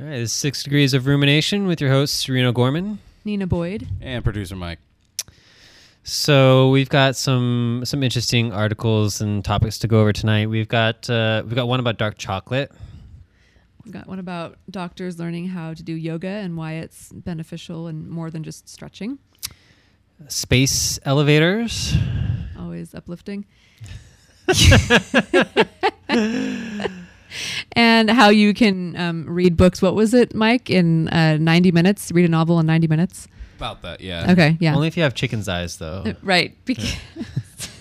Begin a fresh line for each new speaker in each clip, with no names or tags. All right, this is Six Degrees of Rumination with your host, Serena Gorman.
Nina Boyd.
And producer Mike.
So we've got some some interesting articles and topics to go over tonight. We've got uh, we've got one about dark chocolate.
We got one about doctors learning how to do yoga and why it's beneficial and more than just stretching.
Space elevators.
Always uplifting. and how you can um, read books. What was it, Mike? In uh, 90 minutes, read a novel in 90 minutes.
About that, yeah.
Okay, yeah.
Only if you have chicken's eyes, though.
Uh, right. Bec-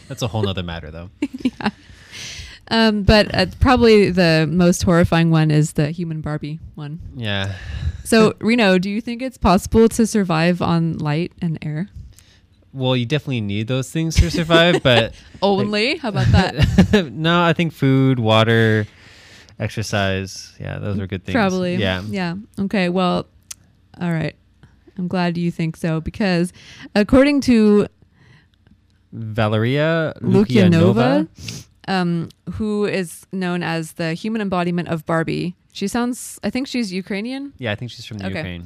That's a whole nother matter, though.
um, but uh, probably the most horrifying one is the human Barbie one.
Yeah.
So, Reno, do you think it's possible to survive on light and air?
Well, you definitely need those things to survive, but
Only? how about that?
no, I think food, water, exercise. Yeah, those are good things.
Probably.
Yeah.
Yeah. Okay. Well, all right. I'm glad you think so because according to
Valeria
Lukianova,
Lukianova.
um, who is known as the human embodiment of Barbie, she sounds, I think she's Ukrainian.
Yeah, I think she's from the
Okay.
Ukraine.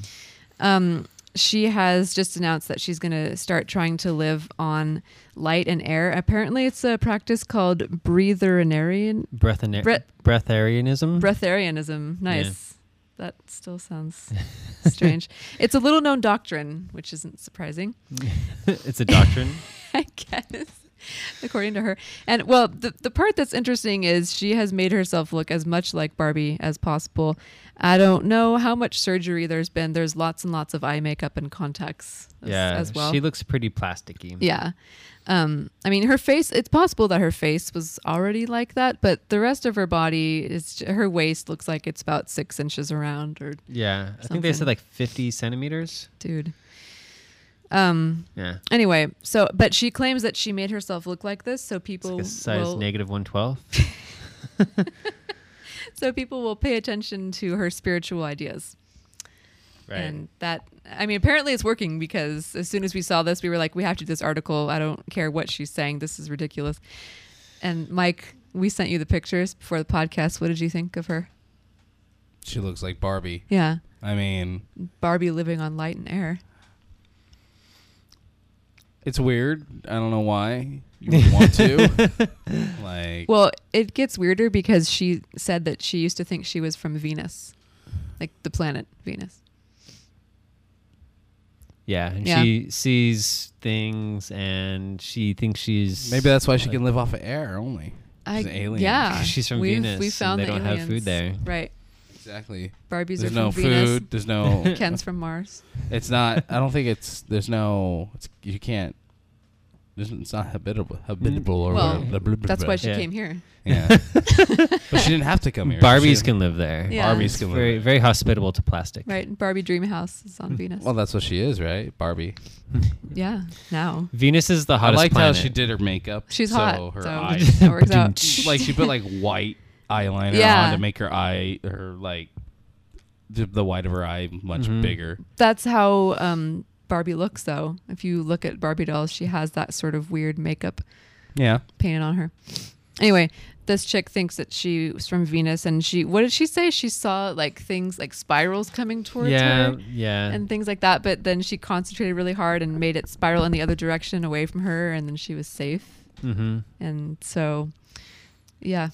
Um, she has just announced that she's going to start trying to live on light and air. Apparently, it's a practice called breatherinarian,
Mm-hmm. Breathana-
Bre-
breatharianism.
breatharianism. Nice. That still sounds strange. It's a little known doctrine, which isn't surprising.
it's a doctrine.
I guess, according to her. And well, the, the part that's interesting is she has made herself look as much like Barbie as possible. I don't know how much surgery there's been. There's lots and lots of eye makeup and contacts as,
yeah.
as well.
She looks pretty plasticky.
yeah. Um, I mean, her face, it's possible that her face was already like that, but the rest of her body is, her waist looks like it's about six inches around or,
Yeah. I think they
Something.
said like 50 centimeters.
dude. Um,
Yeah.
anyway, so, but she claims that she made herself look like this so
It's
people
like a size
will,
negative 112.
so people will pay attention to her spiritual ideas
Right.
and that i mean apparently it's working because as soon as we saw this we were like we have to do this article i don't care what she's saying this is ridiculous and mike we sent you the pictures before the podcast what did you think of her
She looks like Barbie.
yeah
I mean,
barbie living on light and air
it's weird. I don't know why you would want to. Like,
well it gets weirder because she said that she used to think she was from venus like the planet venus
yeah. And
Yeah.
she sees things and she thinks she's.
maybe that's why she can live off of air only. She's an alien.
yeah
She's from
We've-
Venus
we
and
found
they
the
don't have food there.
aliens. right
Exactly.
barbies are
There's no
from
food.
venus
There's no.
ken's from mars
It's not. I don't think it's. There's no. It's, you can't. There's, it's not habitable. Habitable or
Well,
whatever. Blah, blah,
That's
blah.
why she
Yeah.
came here.
Yeah. but she didn't have to come here.
Barbies
She-
can live there.
Yeah.
Barbies
It's
can live
very,
there.
very hospitable to plastic.
Right. Barbie Dream House is on Venus.
Mm. Well, that's what she is, right? Barbie.
yeah, now.
Venus is the hottest
I liked
planet.
how she did her makeup.
She's
so
hot.
Her
so
eyes,
that works out.
like she put like white eyeliner
Yeah.
on to make her eye, her like the, the white of her eye much
Mhm.
bigger.
That's how um, Barbie looks, though. If you look at Barbie dolls, she has that sort of weird makeup
Yeah,
painted on her. Anyway, this chick thinks that she was from Venus, and she, what did she say? She saw like things like spirals coming towards
Yeah.
her.
Yeah.
And things like that, but then she concentrated really hard and made it spiral in the other direction away from her, and then she was safe.
mm-hmm.
And so, yeah,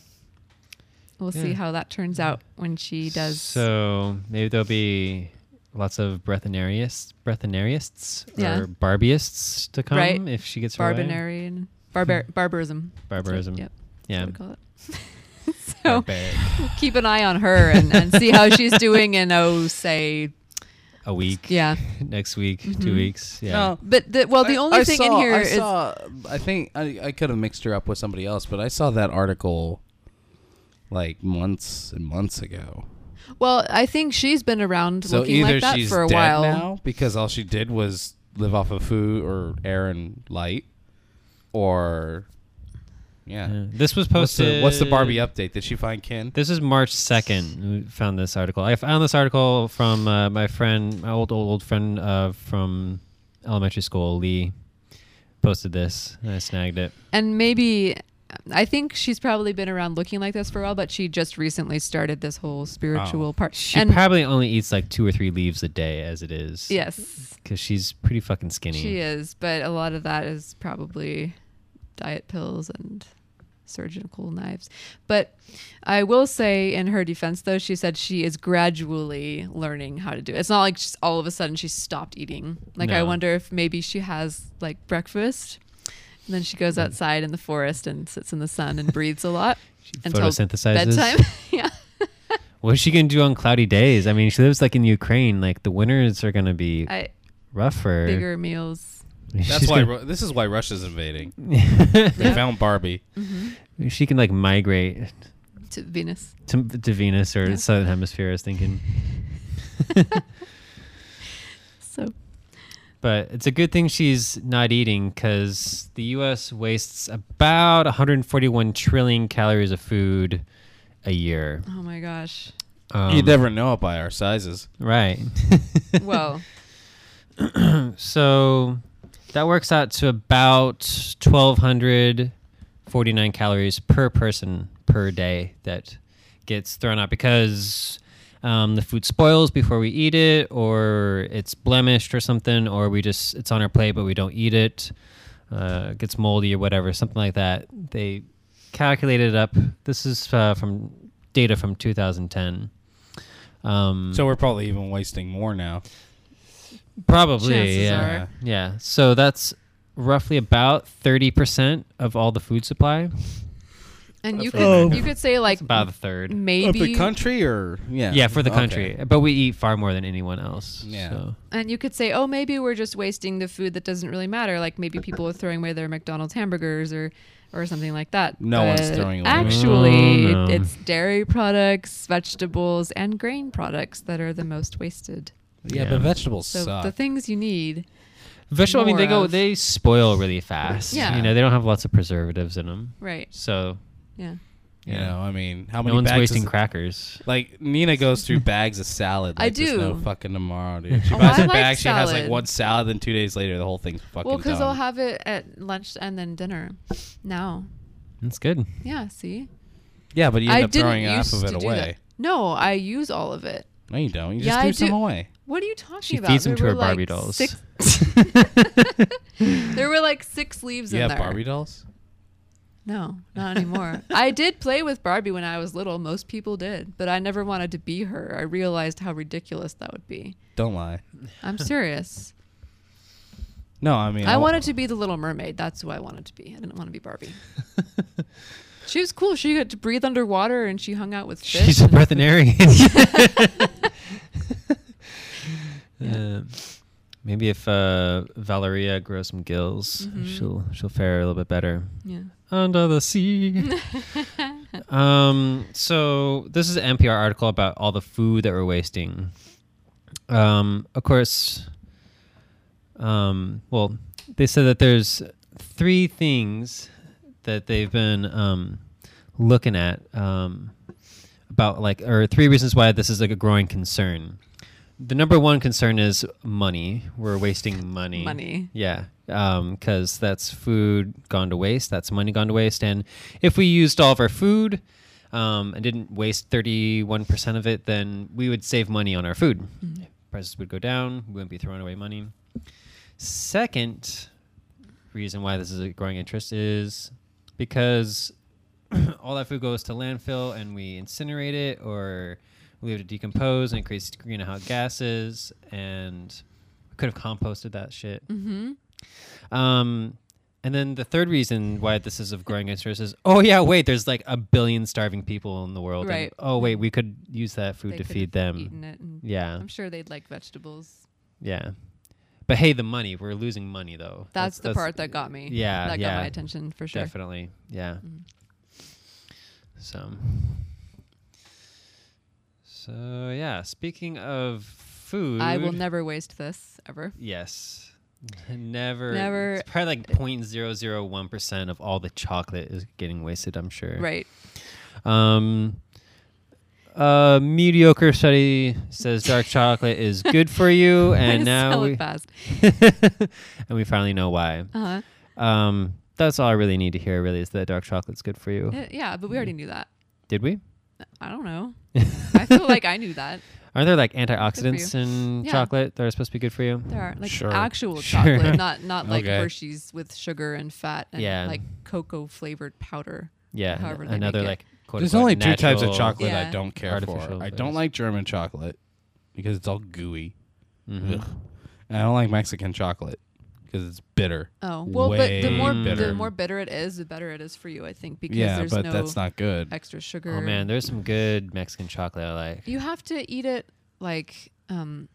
we'll see
Yeah.
how that turns out when she does.
So maybe there'll be lots of breathanarists, breathanarists
Yeah.
or barbieists to come
Right.
if she gets her way.
barbararian, barbar- barbarism. That's what-
Hmm. Barbarism.
yep.
Yeah.
That's what we call it. so
Barbaric.
keep an eye on her and, and see how she's doing in oh say
A week.
yeah.
Next week. Two
Mhm.
weeks. Yeah.
But the, well, the only thing in here
I
is
saw, I think I, I could have mixed her up with somebody else, but I saw that article like months and months ago.
well, I think she's been around
So
looking
either
like that
she's
for a
dead
while.
now because all she did was live off of food or air and light, or yeah.
Yeah. This was
What's
posted.
the, what's the Barbie update? Did she find Ken?
This is March 2nd. We found this article. I found this article from uh, my friend, my old, old, old friend uh, from elementary school, Lee, posted this. And I snagged it.
And maybe I think she's probably been around looking like this for a while, but she just recently started this whole spiritual part.
Oh. She
and
probably only eats like two or three leaves a day as it is.
yes,
Because she's pretty fucking skinny.
she is, but a lot of that is probably diet pills and surgical knives. But I will say, in her defense, though, she said she is gradually learning how to do it. It's not like just all of a sudden she stopped eating. Like, I
No.
wonder if maybe she has like breakfast. And then she
Mm.
goes outside in the forest and sits in the sun and breathes a lot until
photosynthesizes.
bedtime. yeah.
What's she gonna do on cloudy days? I mean, she lives like in Ukraine. Like the winters are gonna be
I,
rough for.
bigger meals.
That's
She's
why
gonna-
Ru- this is why Russia's invading. They
Yeah.
found Barbie.
she can like migrate
Mm-hmm. To Venus.
to, to Venus or
Yeah.
Southern Hemisphere. I was thinking,
So
but it's a good thing she's not eating because the U.S. wastes about 141 trillion calories of food a year.
oh my gosh.
Um,
you never know by our sizes.
right.
Well,
So that works out to about 1,249 calories per person per day that gets thrown out because um, the food spoils before we eat it, or it's blemished or something, or we just, it's on our plate but we don't eat it, uh, it gets moldy or whatever, something like that. They calculated it up. This is uh, from data from 2010. Um,
So we're probably even wasting more now. Uh,
Probably,
Chances
yeah.
are.
Yeah. So that's roughly about 30% of all the food supply.
and you
That's
could
right.
you could say like
It's about a third.
maybe
Of the country or yeah.
Yeah, for the
Okay.
country. But we eat far more than anyone else.
Yeah.
So.
and you could say oh maybe we're just wasting the food that doesn't really matter like maybe people are throwing away their McDonald's hamburgers or or something like that.
No one's
But
throwing away
Actually,
McDonald's. Oh, no.
it's dairy products, vegetables, and grain products that are the most wasted.
Yeah,
Yeah.
but vegetables
So
suck.
the things you need.
Vegetable, I mean, they
More
go,
of-
they spoil really fast.
Yeah.
You know, they don't have lots of preservatives in them.
Right.
So,
Yeah.
you
yeah.
know, I mean, how many
no one's
bags
wasting
is-
crackers.
Like Nina goes through bags of salad.
I
Like, There's no
do.
fucking tomorrow, dude. She
Oh,
buys
I
a
like
bag. She has like
salad.
one salad, and two days later, the whole thing's fucking.
Well, because
done.
I'll have it at lunch and then dinner. Now,
That's good.
yeah. See,
yeah, but you end
I
up throwing
didn't
half
used
of
to
it
do that.
away.
No, I use all of it.
No, you don't. You
Yeah,
just
I
threw
do.
some away.
What are you talking
She
about?
feeds them
There
to her
were, like,
Barbie dolls.
six- there were like six leaves
You
in
have
there.
Barbie dolls.
No, not anymore. I did play with Barbie when I was little. Most people did, but I never wanted to be her. I realized how ridiculous that would be.
Don't lie.
I'm serious.
No, I mean,
I wanted to be the Little Mermaid. That's who I wanted to be. I didn't want to be Barbie. she was cool. She got to breathe underwater and she hung out with fish.
She's a
and-
breatharian. uh, maybe if uh, Valeria grows some gills, she'll she'll fare a little bit better
Yeah.
under the sea. um, so this is an NPR article about all the food that we're wasting. Um, of course, um, well, they said that there's three things that they've been um, looking at um, about like or three reasons why this is like a growing concern. The number one concern is money. We're wasting money.
Money.
Yeah, because that's food gone to waste. That's money gone to waste. And if we used all of our food um, and didn't waste 31% of it, then we would save money on our food. Prices would go down. We wouldn't be throwing away money. Second reason why this is a growing interest is because all that food goes to landfill and we incinerate it or we leave it to decompose and it creates greenhouse gases and we could have composted that shit.
Mm-hmm.
Um, and then the third reason why this is of growing interest is, oh yeah, wait, there's like a billion starving people in the world. and,
Right.
oh wait, we could use that food
They
to
could
feed
have
them.
eaten Mm-hmm. it and-
Yeah,
I'm sure they'd like vegetables.
yeah. But hey, the money, we're losing money though.
That's, the part that got me.
yeah,
that
yeah.
got my attention for sure.
Definitely, yeah.
Mm.
So, so yeah. Speaking of food,
I will never waste this ever.
Yes. Never.
Never-
It's probably like 0.001% of all the chocolate is getting wasted, I'm sure.
Right.
Um, a mediocre study says dark chocolate is good for you,
Way
and
to
now
spell
we,
it fast.
and we finally know why.
Uh-huh.
Um, that's all I really need to hear. Really, is that dark chocolate's good for you?
Eh, yeah, but we already knew that.
Did we?
I don't know. I feel like I knew that.
Aren't there like antioxidants
you.
in
Yeah.
chocolate that are supposed to be good for you?
There are like
Sure.
actual
Sure.
chocolate, not not like
Okay.
Hershey's with sugar and fat and
Yeah.
like cocoa flavored powder.
Yeah,
However they
another
make it.
like. Quote,
There's
unquote,
only two types of
natural-
chocolate
Yeah.
I don't care for.
Artificial
I
flavors.
don't like German chocolate because it's all gooey.
Mhm.
Ugh. And I don't like Mexican chocolate because it's bitter.
Oh well, but the
Way
more
bitter.
the more bitter it is, the better it is for you. I think because
yeah,
there's
but
no
that's not good.
extra sugar.
Oh man, there's some good Mexican chocolate I like.
you have to eat it like um,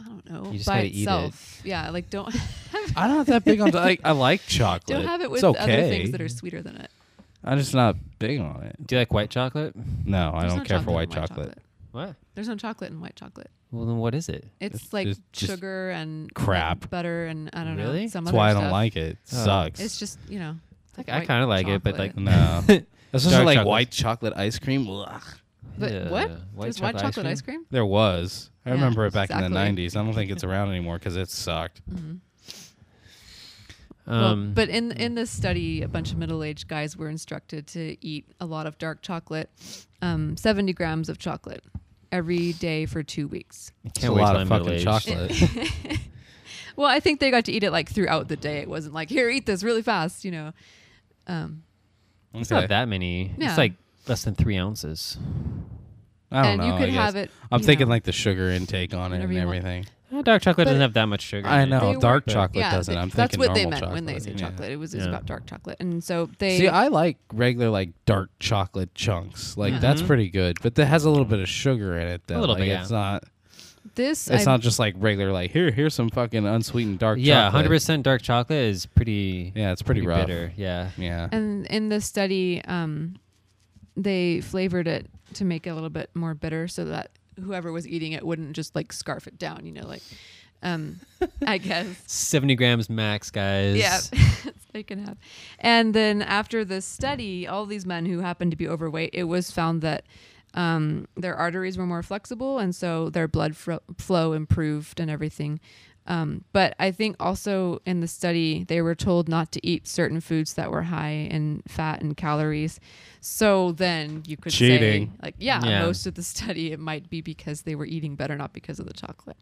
I don't know
You just
by
gotta eat it.
itself. Yeah, like don't
I'm not that big on. Like, I like chocolate.
don't have it with
it's okay.
other things that are sweeter than it.
I'm just not big on it.
Do you like white chocolate?
No, I
There's
don't
no
care for
in
white chocolate.
What?
There's no chocolate in white chocolate.
Well, then what is it?
It's,
It's
like
just- just
sugar and
crap.
butter and I don't
Really?
know some
That's
other
why I
stuff.
don't like it.
Oh.
Sucks.
It's just you know. it's
I, I
white
kind of like it, but like
chocolate.
no. Especially
Dark
like
chocolate.
white chocolate ice cream. Ugh.
But
Yeah,
what?
white
There's
chocolate
white
ice
chocolate
cream?
ice cream?
There was. I
Yeah,
remember it back in the
exactly.
'90s. I don't think it's around anymore because it sucked.
Well,
um,
but in in this study, a bunch of middle aged guys were instructed to eat a lot of dark chocolate, um, seventy grams of chocolate every day for two weeks.
I
It's
can't
a
wait
lot
till
of
I'm
fucking
middle-aged.
chocolate.
Well, I think they got to eat it like throughout the day. It wasn't like here, eat this really fast, you know. Um,
It's not that many.
Yeah.
It's like less than three ounces.
I don't
and
know.
you could
I
have
guess.
it.
I'm
you
thinking
know.
like the sugar intake on it
Whenever
and
you want.
everything.
Uh, dark chocolate
But
doesn't
it-
have that much sugar.
I
in it.
know
were-
dark
but-
chocolate doesn't.
th-
I'm
that's
thinking
what they
normal
meant when they
chocolate.
said
Yeah.
chocolate. It was just
Yeah.
about dark chocolate, and so they
See, I like regular like dark chocolate chunks. Like
Mhm.
that's
Uh-huh.
pretty good, but that has a little bit of sugar in it. Though.
little
like,
bit, yeah.
It's not.
this
It's
I,
not just like regular. Like here, here's some fucking unsweetened dark.
Yeah,
chocolate.
hundred percent dark chocolate is pretty.
Yeah, it's pretty, rough.
bitter. Yeah.
Yeah.
And in the study, um, they flavored it to make it a little bit more bitter, so that whoever was eating it wouldn't just like scarf it down. You know, like um, I guess.
Seventy grams max, guys.
Yeah, they can have. And then after this study, all these men who happened to be overweight, it was found that um, their arteries were more flexible, and so their blood fro- flow improved and everything. Um, but I think also in the study, they were told not to eat certain foods that were high in fat and calories. So then you could say,
Cheating.
like, yeah,
Yeah.
most of the study, it might be because they were eating better, not because of the chocolate.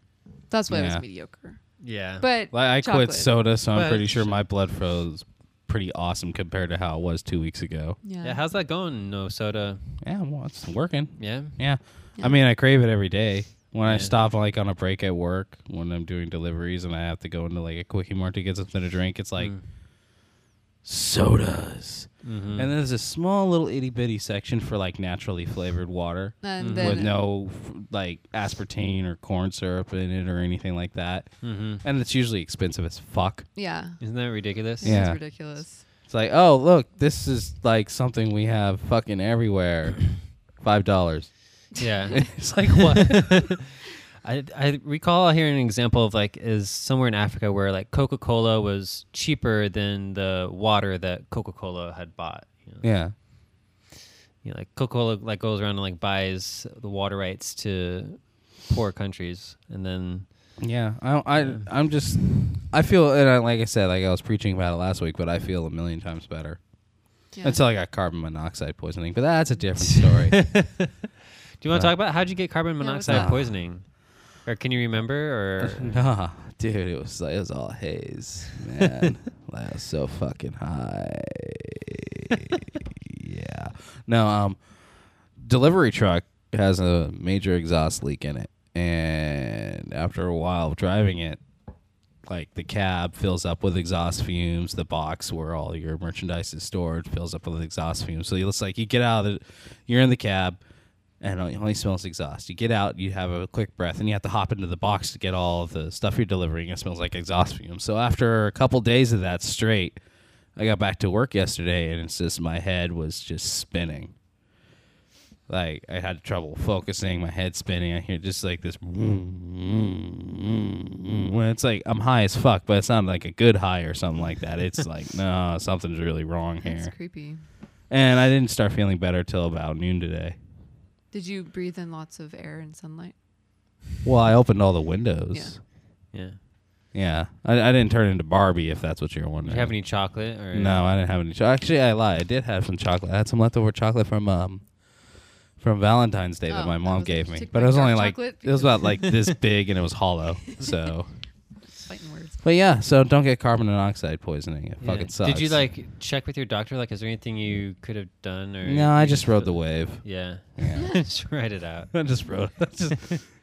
That's why it
Yeah.
was mediocre.
Yeah.
But
Like, I
chocolate.
quit soda, so
But-
I'm pretty sure my blood flow's pretty awesome compared to how it was two weeks ago.
yeah, how's that going? No soda.
Yeah, well, it's working.
Yeah.
Yeah.
Yeah.
I mean, I crave it every day. When
Yeah.
I stop like on a break at work, when I'm doing deliveries and I have to go into like a quickie mart to get something to drink, it's like
Mm.
sodas.
Mm-hmm.
And there's a small little itty bitty section for like naturally flavored water
And
Mhm.
then
Mm-hmm. with no f- like aspartame or corn syrup in it or anything like that.
mm-hmm.
And it's usually expensive as fuck.
Yeah.
Isn't that ridiculous?
Yeah.
It's ridiculous.
It's like, oh look, this is like something we have fucking everywhere. Five dollars.
Yeah.
it's like what?
I, I recall hearing an example of like is somewhere in Africa where like Coca Cola was cheaper than the water that Coca Cola had bought. You know?
yeah.
You know, like Coca Cola like goes around and like buys the water rights to poor countries, and then
Yeah, I, I, I'm just, I feel, and I, like I said, like I was preaching about it last week, but I feel a million times better
Yeah.
until I got carbon monoxide poisoning. But that's a different story.
do you want
Right.
to talk about how'd you get carbon
Yeah, what's
monoxide
that?
poisoning, or can you remember? Or
nah, dude, it was like it was all haze, man. like, I was so fucking high. yeah. No, um, delivery truck has a major exhaust leak in it, and after a while of driving it, like the cab fills up with exhaust fumes. The box where all your merchandise is stored fills up with exhaust fumes. So it's like you get out of the, you're in the cab, and it only smells exhaust. You get out, you have a quick breath, and you have to hop into the box to get all of the stuff you're delivering. It smells like exhaust fumes. So after a couple days of that straight, I got back to work yesterday, and it's just my head was just spinning. Like I had trouble focusing, my head spinning. I hear just like this when it's like I'm high as fuck, but it's not like a good high or something like that. It's like no, something's really wrong
It's
here.
creepy.
And I didn't start feeling better till about noon today.
Did you breathe in lots of air and sunlight?
Well, I opened all the windows.
yeah,
Yeah, Yeah, I, I didn't turn into Barbie, if that's what you're
Did
wondering.
you have any chocolate? Or
No, I didn't have any. Cho- Actually, I lied. I did have some chocolate. I had some leftover chocolate from um from Valentine's Day
Oh,
that my
that
mom
was it.
gave
Just
me,
take
but
my
it was
dark
only like
chocolate
it
because-
was about like this big and it was hollow. So,
Fighting words.
but yeah, so don't get carbon monoxide poisoning. It
Yeah.
fucking sucks.
Did you like check with your doctor? Like, is there anything you could have done? Or
No, I
you
just rode the
feel-
wave.
Yeah,
Yeah.
just write it out.
I just wrote. I just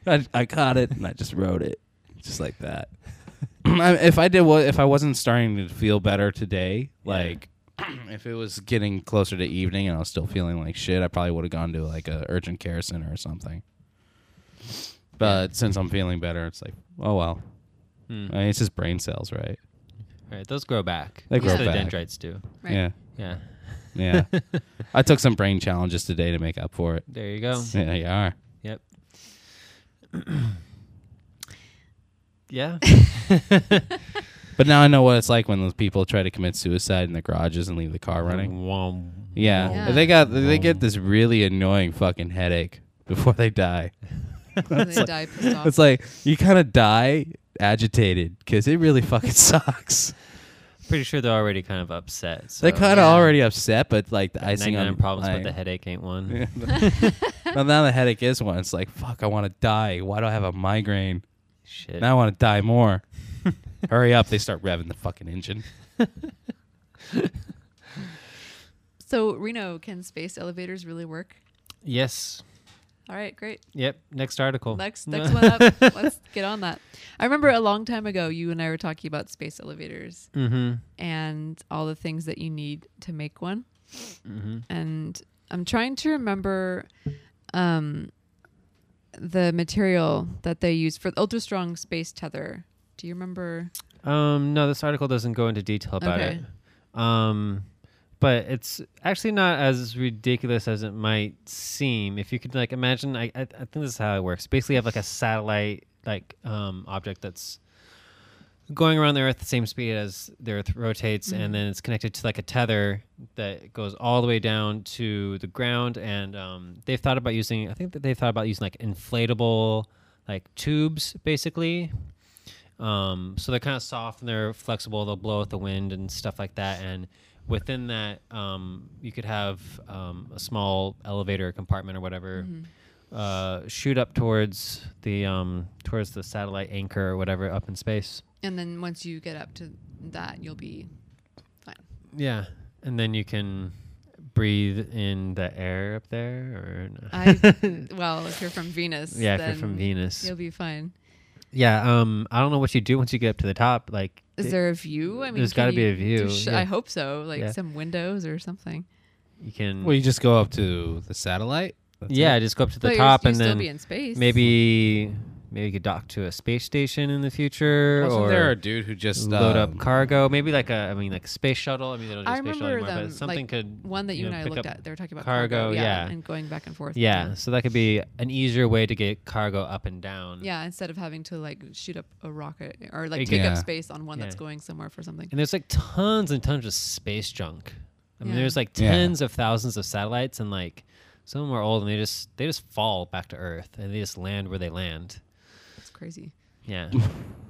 I, I caught it and I just wrote it, just like that. I, if I did what if I wasn't starting to feel better today,
Yeah.
like if it was getting closer to evening and I was still feeling like shit, I probably would have gone to like a urgent care center or something. But since I'm feeling better, it's like, oh well,
Hmm.
I mean, it's just brain cells, right?
All right, those grow back.
They
That's
grow
what
back.
Dendrites do.
Right.
Yeah,
Yeah,
yeah. I took some brain challenges today to make up for it.
there you go.
Yeah, you are.
Yep. yeah.
But now I know what it's like when those people try to commit suicide in the garages and leave the car running.
Wom.
Yeah. Oh.
Yeah.
They got they get this really annoying fucking headache before they die.
And they die pissed off.
It's like you kind of die agitated because it really fucking sucks.
Pretty sure they're already kind of upset. So
They're kind of
yeah.
already upset, but like the icing on
99 problems,
like,
but the headache ain't one.
now, now the headache is one. It's like fuck, I want to die. Why do I have a migraine?
Shit.
Now I want to die more. Hurry up! They start revving the fucking engine.
So Reno, can space elevators really work?
Yes.
All right, great.
Yep. Next article.
Next, next one up. Let's get on that. I remember a long time ago, you and I were talking about space elevators
Mm-hmm.
and all the things that you need to make one.
Mm-hmm.
And I'm trying to remember um, the material that they use for the ultra strong space tether. Do you remember?
Um, no, this article doesn't go into detail about
Okay.
it. Um, but it's actually not as ridiculous as it might seem. If you could like imagine, I I, I think this is how it works. Basically, you have like a satellite like um object that's going around the Earth at the same speed as the Earth rotates, and then it's connected to like a tether that goes all the way down to the ground. And um, they've thought about using, I think that they've thought about using like inflatable like tubes, basically. Um, so they're kind of soft and they're flexible. They'll blow with the wind and stuff like that. And within that, um, you could have um, a small elevator compartment or whatever
Mm-hmm.
uh, shoot up towards the um, towards the satellite anchor or whatever up in space.
And then once you get up to that, you'll be fine.
Yeah, and then you can breathe in the air up there, or no?
I well, if you're from Venus,
yeah, if you're from
then
Venus.
you'll be fine.
Yeah, um, I don't know what you do once you get up to the top. Like,
Is
th-
there a view? I mean,
there's
can
gotta be
you
a view,
do sh-
yeah.
I hope so. Like
Yeah.
some windows or something.
you can?
Well, you just go up to the satellite. That's
yeah,
it?
just go up to the
But you're-
top,
you'd
and
still
then
be in space.
maybe maybe you could dock to a space station in the future,
Wasn't
or
there a dude who just
load up
um,
cargo. Maybe like a, I mean, like a space shuttle. I mean, they don't do
I
space shuttle
remember
anymore,
them,
but something
like,
could
one that you, and I
pick
looked
up-
at. They were talking about
cargo,
cargo,
yeah.
and going back and forth.
Yeah, so that could be an easier way to get cargo up and down.
yeah. Instead of having to like shoot up a rocket or like
Ex-
take
Yeah.
up space on one that's
Yeah.
going somewhere for something.
And there's like tons and tons of space junk. I mean,
Yeah.
there's like
Yeah.
tens of thousands of satellites, and like some of them are old, and they just they just fall back to Earth, and they just land where they land.
It's crazy.
Yeah,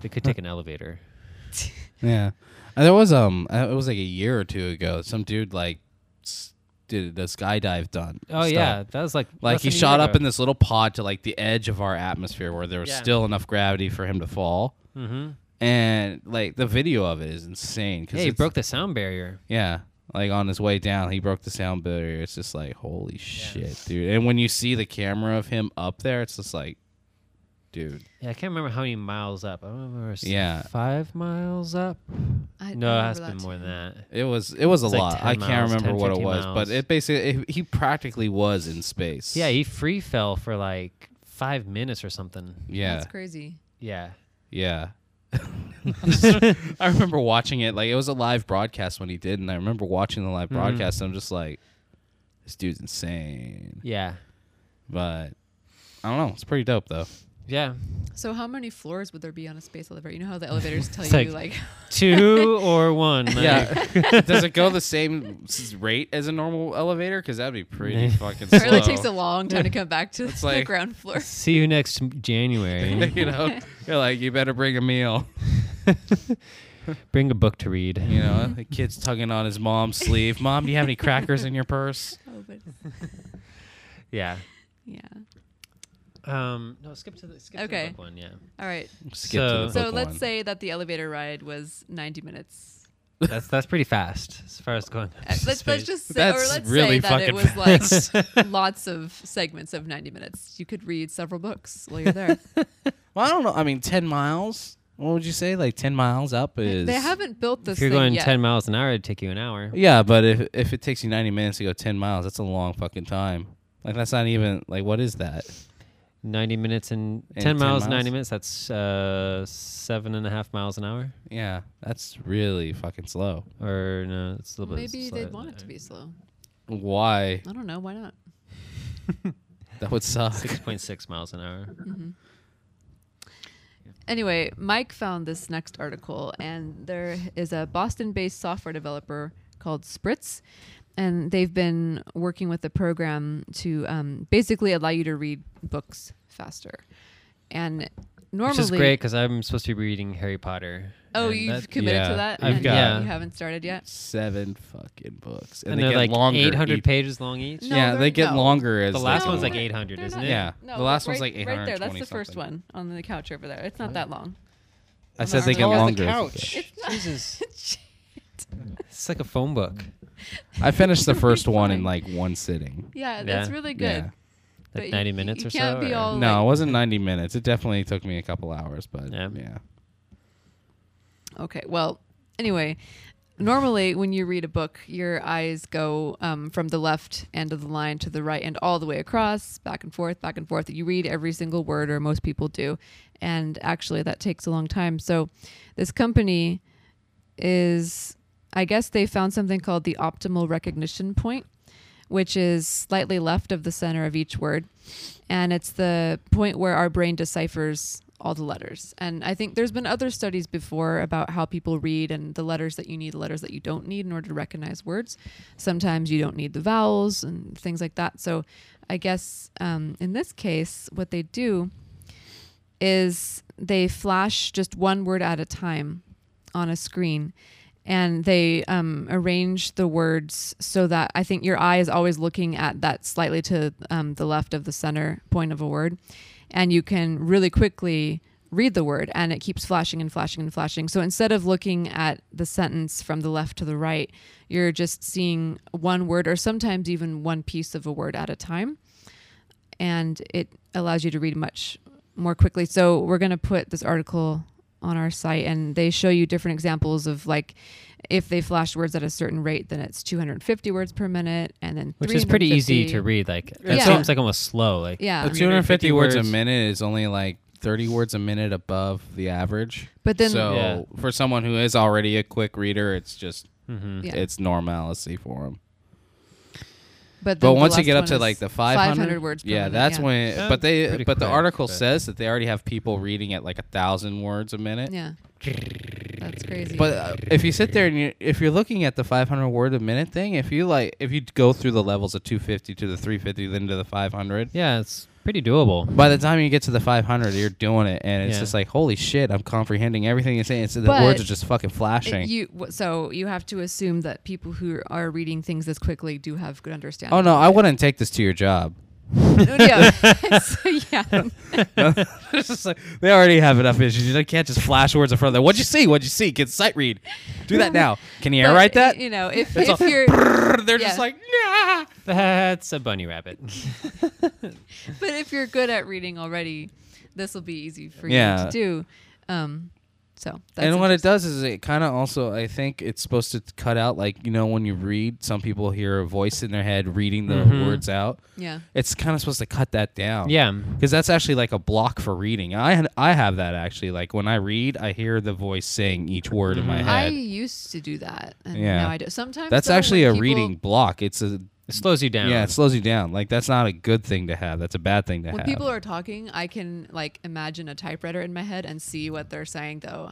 they could take an elevator.
Yeah, and there was um, uh, it was like a year or two ago. Some dude like s- did a skydive done.
Oh yeah, that was like
like
less
he
than a
shot
year
up in this little pod to like the edge of our atmosphere where there was
Yeah.
still enough gravity for him to fall.
ago. hmm
And like the video of it is insane. Cause
Yeah, he
it's-
broke the sound barrier.
Yeah, like on his way down, he broke the sound barrier. It's just like holy shit, dude. And when you see the camera of him up there, it's just like, dude.
Yeah, I can't remember how many miles up. I don't remember. it's
Yeah.
five miles up.
I, I
No, it has
remember
been
that
more
too.
than that.
It was it was a
It's like
lot.
10
I can't
miles,
remember
10,
what it
15
was,
miles.
but it basically he practically was in space.
Yeah, he free fell for like five minutes or something.
yeah.
That's crazy.
Yeah.
Yeah. I remember watching it like it was a live broadcast when he did, and I remember watching the live
Mm-hmm.
broadcast. And I'm just like, this dude's insane.
Yeah.
But I don't know. It's pretty dope though.
Yeah.
So how many floors would there be on a space elevator? You know how the elevators tell
It's
you
like-
like
Two or one. like-
Yeah. Does it go the same s- rate as a normal elevator? Because that'd be pretty fucking slow.
Or it takes a long time to come back to
It's
the
like-
ground floor.
See you next m- January.
you know, you're like, you better bring a meal.
Bring a book to read.
You know, the kid's tugging on his mom's sleeve. Mom, do you have any crackers in your purse?
Oh, but
Yeah.
yeah.
Um, no, skip to the skip to
Okay.
the book one. Yeah.
All right.
Skip to
So
the
So
book
let's
one.
say that the elevator ride was 90 minutes.
That's that's pretty fast as far as going.
Uh, Let's, let's just say,
That's
or let's
really
say that it
fucking
was
fast.
like lots of segments of 90 minutes. You could read several books while you're there.
Well, I don't know. I mean, ten miles. What would you say? Like ten miles up is.
they haven't built this
if you're
thing
going
yet.
ten miles an hour, it'd take you an hour.
Yeah, but if if it takes you ninety minutes to go ten miles, that's a long fucking time. Like that's not even like what is that?
Ninety minutes and,
And 10
ten miles,
miles?
ninety minutes. That's uh, seven and a half miles an hour.
Yeah, that's really fucking slow.
Or no, it's a little bit.
Maybe
slower
they'd
than
want it
that.
to be slow.
Why?
I don't know. Why not?
That would suck.
6.6 miles an hour.
Anyway, Mike found this next article, and there is a Boston based software developer called Spritz, and they've been working with a program to um, basically allow you to read books faster. And normally.
Which is great because I'm supposed to be reading Harry Potter.
Oh,
and
you've
that-
committed
yeah,
to that?
I've
and
got- Yeah.
You haven't started yet?
Seven fucking books,
and, they're like 800 pages long each.
No,
yeah,
they're-
they get
no.
longer as
The
they
last
go
one's like
on.
they're-
800,
they're
isn't
not-
it?
Yeah.
No,
the last
right-
one's like
Right there. That's
820
the first
something.
one on the couch over there. It's not that long.
I said
on
they
the
get
couch.
longer. as they
couch.
go.
Jesus. It's like a phone book.
I finished the first one in
Fine.
like one sitting.
Yeah, that's
Yeah.
really
Yeah.
good. But
Like
you-
90
you-
minutes
you
or
can't
so.
be
or-
all-
No,
like-
it wasn't 90 minutes. It definitely took me a couple hours, but
Yeah.
yeah.
Okay. Well, anyway, normally when you read a book, your eyes go um, from the left end of the line to the right end, all the way across, back and forth, back and forth. You read every single word, or most people do, and actually that takes a long time. So, this company is, I guess, they found something called the optimal recognition point, which is slightly left of the center of each word and it's the point where our brain deciphers all the letters. And I think there's been other studies before about how people read and the letters that you need, the letters that you don't need in order to recognize words. Sometimes you don't need the vowels and things like that. So I guess um, in this case, what they do is they flash just one word at a time on a screen and they um, arrange the words so that I think your eye is always looking at that slightly to um, the left of the center point of a word. And you can really quickly read the word and it keeps flashing and flashing and flashing. So instead of looking at the sentence from the left to the right, you're just seeing one word or sometimes even one piece of a word at a time. And it allows you to read much more quickly. So we're going to put this article on our site and they show you different examples of like if they flash words at a certain rate then it's 250 words per minute and then
Which is pretty easy
350.
to read. Like, it
Yeah.
seems like almost slow. Like,
yeah
But 250 words a
words.
minute is only like 30 words a minute above the average.
But then-
so
Yeah.
for someone who is already a quick reader, it's just
mhm.
Yeah.
it's normalcy for them.
but,
But
then the
once you
last
get up
one
to
is
like the 500,
words per
yeah,
minute,
that's when.
Sounds
but they,
pretty
but the
quick,
article
but-
says that they already have people reading at like a thousand words a minute.
yeah
mm-hmm.
that's crazy
But uh, if you sit there and you, if you're looking at the 500 word a minute thing, if you like, if you go through the levels of 250 to the 350, then to the 500,
Yeah, it's pretty doable.
by the time you get to the 500, you're doing it, and it's
Yeah.
just like, holy shit, I'm comprehending everything you're saying. It's, the
But
words are just fucking flashing.
It- you w- so you have to assume that people who are reading things this quickly do have good understanding
oh no, I wouldn't take this to your job.
no, yeah. So, yeah.
It's just like, they already have enough issues. You can't just flash words in front of them. What'd you see? What'd you see? Can sight read? Do that now. Can you air
But,
write that?
you know if,
It's
if
all-
you're
They're
yeah.
just like, nah.
That's a bunny rabbit.
but if you're good at reading already, this will be easy for you
Yeah.
to do. Um, so that's
and what it does is it kind of also I think it's supposed to cut out like you know when you read some people hear a voice in their head reading the
Mm-hmm.
Mhm.
words out.
interesting. yeah.
It's kind of supposed to cut that down.
yeah.
Because that's actually like a block for reading. I had- I have that actually. Like when I read, I hear the voice saying each word in my
Mhm.
Mm-hmm. I
head.
used to do that, and
Yeah.
now I do. Sometimes
that's
though, when
actually a
people-
reading block. It's a
It slows you down.
yeah. It slows you down. Like that's not a good thing to have. That's a bad thing to
When
have.
people are talking, I can like imagine a typewriter in my head and see what they're saying though.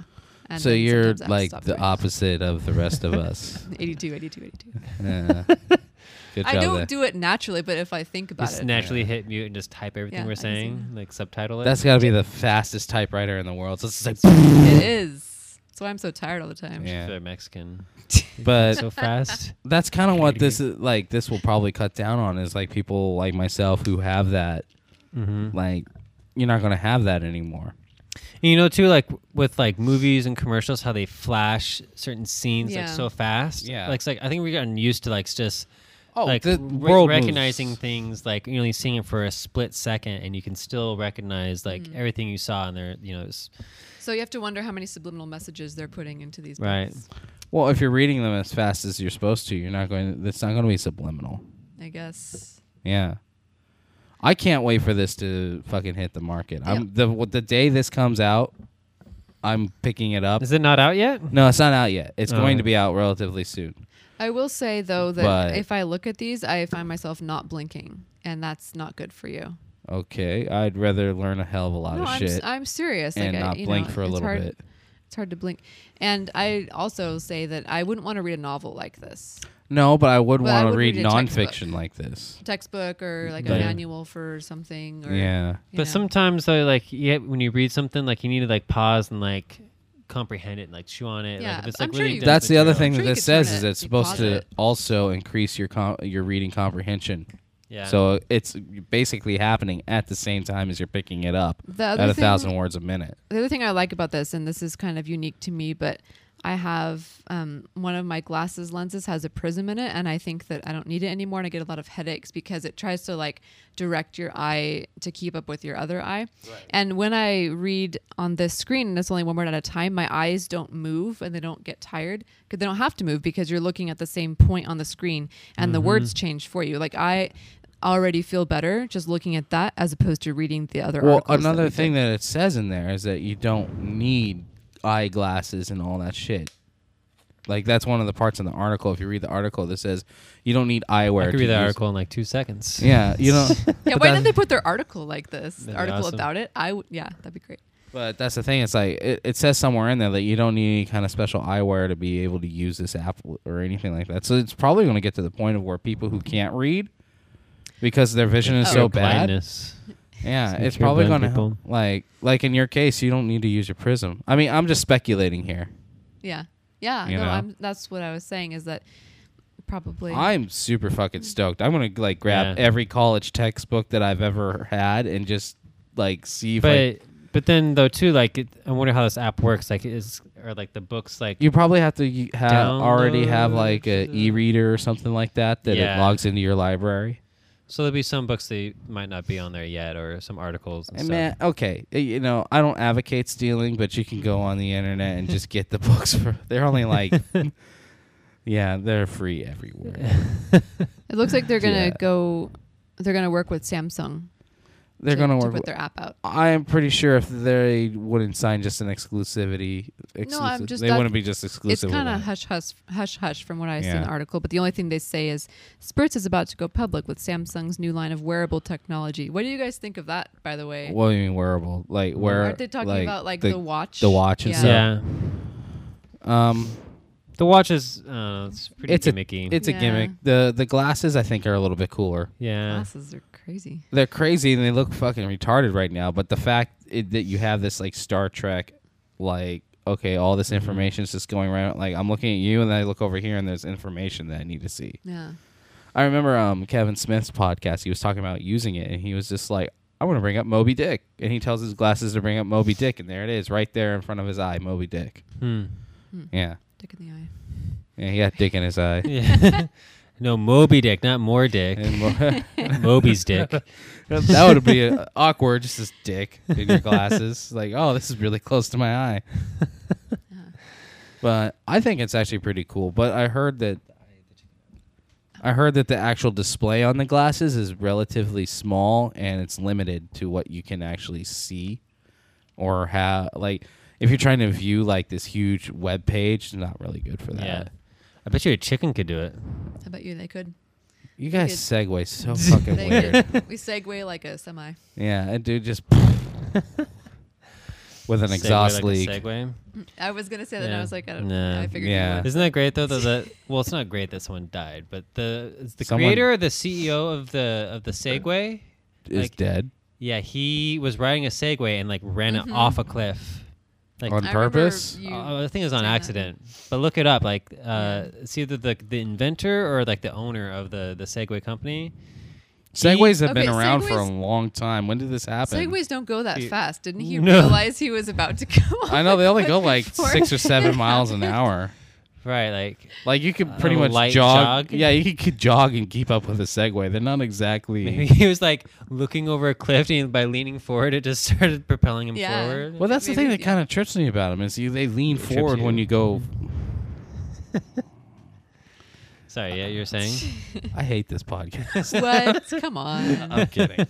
And
so
then
you're
sometimes I have to
like
stop
the
reading.
opposite of the rest of us.
82, 82, 82.
Yeah. Good
I
job
don't
there.
do it naturally, but if I think about
Just
it,
naturally hit mute and just type everything
Yeah,
we're
I see
saying, like subtitle it.
That's got to be the fastest typewriter in the world. So it's just like
it is. That's why I'm so tired all the time.
Yeah.
They're Mexican.
But
so fast.
that's kind of what this is like this will probably cut down on is like people like myself who have that like you're not going to have that anymore
And you know too, like with like movies and commercials, how they flash certain scenes like
Yeah.
so fast.
Yeah.
like, it's like I think we've gotten used to like s- just
Oh,
like
the
re-
world moves.
recognizing things like you're only seeing it for a split second, and you can still recognize like
Mm-hmm.
everything you saw in there. You know, it's,
So you have to wonder how many subliminal messages they're putting into these.
Right.
books,
well if you're reading them as fast as you're supposed to you're not going it's not going to be subliminal
I guess.
yeah i can't wait for this to fucking hit the market i'm the w- the day this comes out i'm picking it up
is it not out yet?
no it's not out yet it's
Oh.
going to be out relatively soon
I will say though that
But-
if I look at these, I find myself not blinking, and that's not good for you.
okay i'd rather learn a hell of a lot
no,
of
I'm,
shit
s- I'm serious.
and
like, I,
not
you
blink
know,
for a
it's
little
hard-
bit
It's hard to blink, and I also say that I wouldn't want to read a novel like this
No, but I would
But I
want to
would
read,
read a textbook.
nonfiction like this.
textbook or like a
Yeah.
manual for something. Or,
yeah.
you
But
know.
sometimes though, like yeah, when you read something, like you need to like pause and like comprehend it, and, like chew on it.
Yeah,
like, if it's
I'm
like
sure
really
you-
dense
That's the other
material.
thing
I'm
that
sure you
this
could turn
says is
it,
it's
you
supposed
pause
to
it.
also increase your com- your reading comprehension.
Yeah.
So it's basically happening at the same time as you're picking it up
The
at
other
a
thing-
thousand words a minute.
the other thing I like about this, and this is kind of unique to me, but I have um, one of my glasses lenses has a prism in it, and I think that I don't need it anymore, and I get a lot of headaches because it tries to like direct your eye to keep up with your other eye. And when I read on this screen, and it's only one word at a time, my eyes don't move and they don't get tired because they don't have to move because you're looking at the same point on the screen, and the words
Mm-hmm.
change for you. Like I already feel better just looking at that as opposed to reading the other.
Well,
articles that
another
we did.
thing that it says in there is that you don't need eyeglasses and all that shit. Like that's one of the parts in the article. If you read the article, that says you don't need eyewear.
I could
to
read that
use-
article in like two seconds.
Yeah, you know.
Yeah,
but
why
that's-
didn't they put their article like this?
That'd be
article
awesome.
about it? I w- yeah, that'd be great.
But that's the thing. It's like it, it says somewhere in there that you don't need any kind of special eyewear to be able to use this app w- or anything like that. So it's probably going to get to the point of where people who can't read because their vision is
Oh.
Pure
so bad.
blindness.
Yeah,
Some
it's
pure
probably
blind
going to
people.
like like in your case, you don't need to use your prism. I mean, I'm just speculating here.
Yeah, yeah.
You
no,
know?
I'm, that's what I was saying is that probably.
I'm super
Mm.
fucking stoked. I'm going to like grab
Yeah.
every college textbook that I've ever had and just like see if I,
But but then though too, like it, I wonder how this app works. Like is or like the books like
you probably have to y- have already have
Download
like a
the-
e-reader or something like that that it
Yeah.
logs into your library.
so there'll be some books that might not be on there yet or some articles and
And
stuff.
man, okay, y- you know I don't advocate stealing, but you can go on the internet and just get the books for. They're only like, yeah, they're free everywhere.
it looks like they're gonna
Yeah.
go. They're gonna work with Samsung.
They're
to,
gonna
to
work.
put
with-
their app out.
I'm pretty sure if they wouldn't sign just an exclusivity,
No, I'm
exclusive-
just-
they
that-
wouldn't be just
It's
exclusive. with
kind of
it.
hush hush hush hush from what I see in
Yeah.
the article. But the only thing they say is Spritz is about to go public with Samsung's new line of wearable technology. What do you guys think of that? By the way,
What do you mean wearable? Like where?
aren't they talking about like the, watch?
the watch and
yeah.
so- stuff?
yeah.
Um,
The watch is uh, it's pretty
It's a-
gimmicky.
it's a
Yeah.
gimmick. The the glasses I think are a little bit cooler.
yeah.
Glasses are crazy.
they're crazy and they look fucking retarded right now. But the fact it, that you have this like Star Trek, like okay, all
Mm-hmm.
this information is just going around. Like I'm looking at you and then I look over here and there's information that I need to see.
Yeah.
I remember um Kevin Smith's podcast. He was talking about using it and he was just like, I want to bring up Moby Dick, and he tells his glasses to bring up Moby Dick, and there it is, right there in front of his eye, Moby Dick.
Hmm.
Yeah,
Dick in the eye.
yeah, he got Dick in his eye.
Yeah. Hmm. no Moby Dick, not more dick.
And Mo-
Moby's dick.
that would be uh, awkward, just this dick in your glasses. like, oh, this is really close to my eye. but I think it's actually pretty cool. But I heard that I heard that the actual display on the glasses is relatively small and it's limited to what you can actually see or have. Like, if you're trying to view like this huge web page, not really good for that.
Yeah. I bet you a chicken could do it.
I bet you they could.
You guys
could-
segue so fucking
They
weird.
could- we segue like a semi.
Yeah, and dude just with an
Segway
exhaust
like a
leak.
Segway.
Mm, I was gonna say that and I
Yeah.
was like, I don't
Nah.
know. I figured.
Yeah.
You would.
Isn't that great though? That, that well, it's not great that someone died, but the is the
Someone-
creator or the CEO of the of the Segway,
is
Like-
dead.
yeah, he was riding a Segway and like ran it off a cliff. Like,
On
I remember
purpose?
Mm-hmm.
Oh,
you-
Uh, I think it was on
saying that.
accident, but look it up. Like, uh, it's either the the inventor or like the owner of the the Segway company.
Segways have been
Okay,
around for a
segways-
long time. When did this happen?
Segways don't go that
You-
fast. Didn't he
No.
realize he was about to go? off
I know they
the
only
cliff
go like
before
six or seven
it
miles an
happened?
hour.
Right, like
Like you could
A
pretty much
little
jog.
light jog.
Yeah, you could jog and keep up with a Segway. They're not exactly.
maybe he was like looking over a cliff, and by leaning forward, it just started propelling him
Yeah.
forward.
Well, that's the
Maybe,
thing that
yeah.
kind of trips me about them is you, they lean
trips
forward when
you.
you go.
Sorry, yeah, you're saying.
I hate this podcast.
What? Come on.
I'm kidding.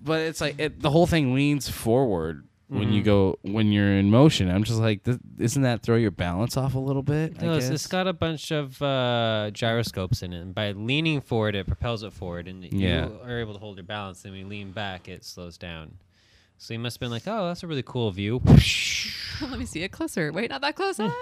but it's like it, the whole thing leans forward when you
Mhm.
go when you're in motion. I'm just like, th- isn't that throw your balance off a little bit? I
No, it's,
guess?
it's got a bunch of uh, gyroscopes in it, and by leaning forward, it propels it forward, and
Yeah.
you are able to hold your balance. And when you lean back, it slows down. So you must have been like, "Oh, that's a really cool view."
Let me see it closer. Wait, not that close. Ah.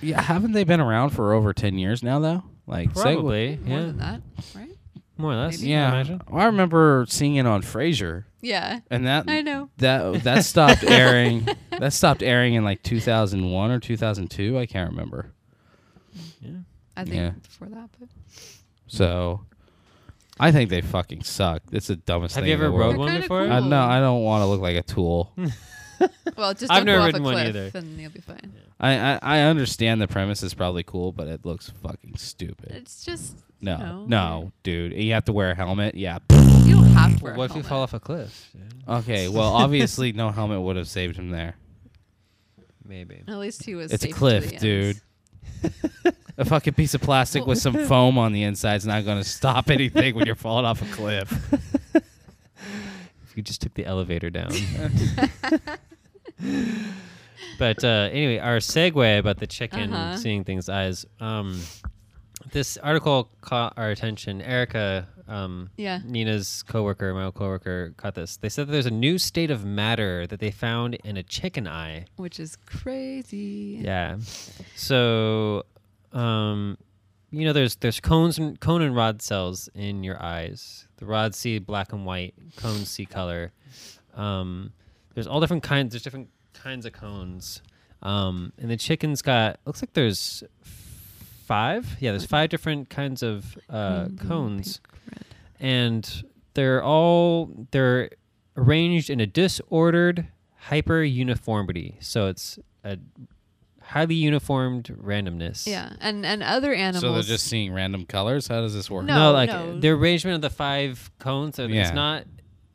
yeah, haven't they been around for over ten years now though? Like Segway-
Probably,
More
yeah,
than that, right?
more or less.
Maybe.
Yeah,
imagine.
Well, I remember seeing it on Frasier,
Yeah.
and that
I know.
that that stopped airing. That stopped airing in like 2001 or 2002. I can't remember.
I think
Yeah.
before that, but
So, I think they fucking suck. It's the dumbest
Have
thing.
you
in the
ever
world.
rode
They're
one
kinda
before?
cool.
I, no, I don't want to look like a tool.
well, just
I've
don't
never
go off a
ridden one
cliff,
either.
and you'll be fine.
I, I I understand the premise is probably cool, but it looks fucking stupid.
It's just
No,
no.
no, dude. You have to wear a helmet. Yeah.
you don't have to. Wear
Well,
a
what if you
helmet.
fall off a cliff? Yeah,
Okay. Well, obviously, no helmet would have saved him there.
maybe.
At least he was.
It's a
safe to
cliff,
the end.
dude. A fucking piece of plastic with some foam on the inside's not going to stop anything when you're falling off a cliff.
If you just took the elevator down. but uh, anyway, our segue about the chicken
Uh-huh.
seeing things eyes. Um, this article caught our attention. Erica, um,
Yeah.
Nina's coworker, my old coworker, caught this. They said that there's a new state of matter that they found in a chicken eye.
Which is crazy.
Yeah. So, um, you know, there's there's cones and cone and rod cells in your eyes. The rods see black and white. Cones see color. Um, there's all different kinds. There's different kinds of cones. Um, and the chicken's got looks like there's five. Yeah, there's five different kinds of uh,
Green, blue,
cones,
pink, red.
and they're all they're arranged in a disordered hyper uniformity. So it's a highly uniformed randomness.
Yeah, and and other animals.
So they're just seeing random colors. How does this work?
No,
No,
like
no.
the arrangement of the five cones. Are,
Yeah.
It's not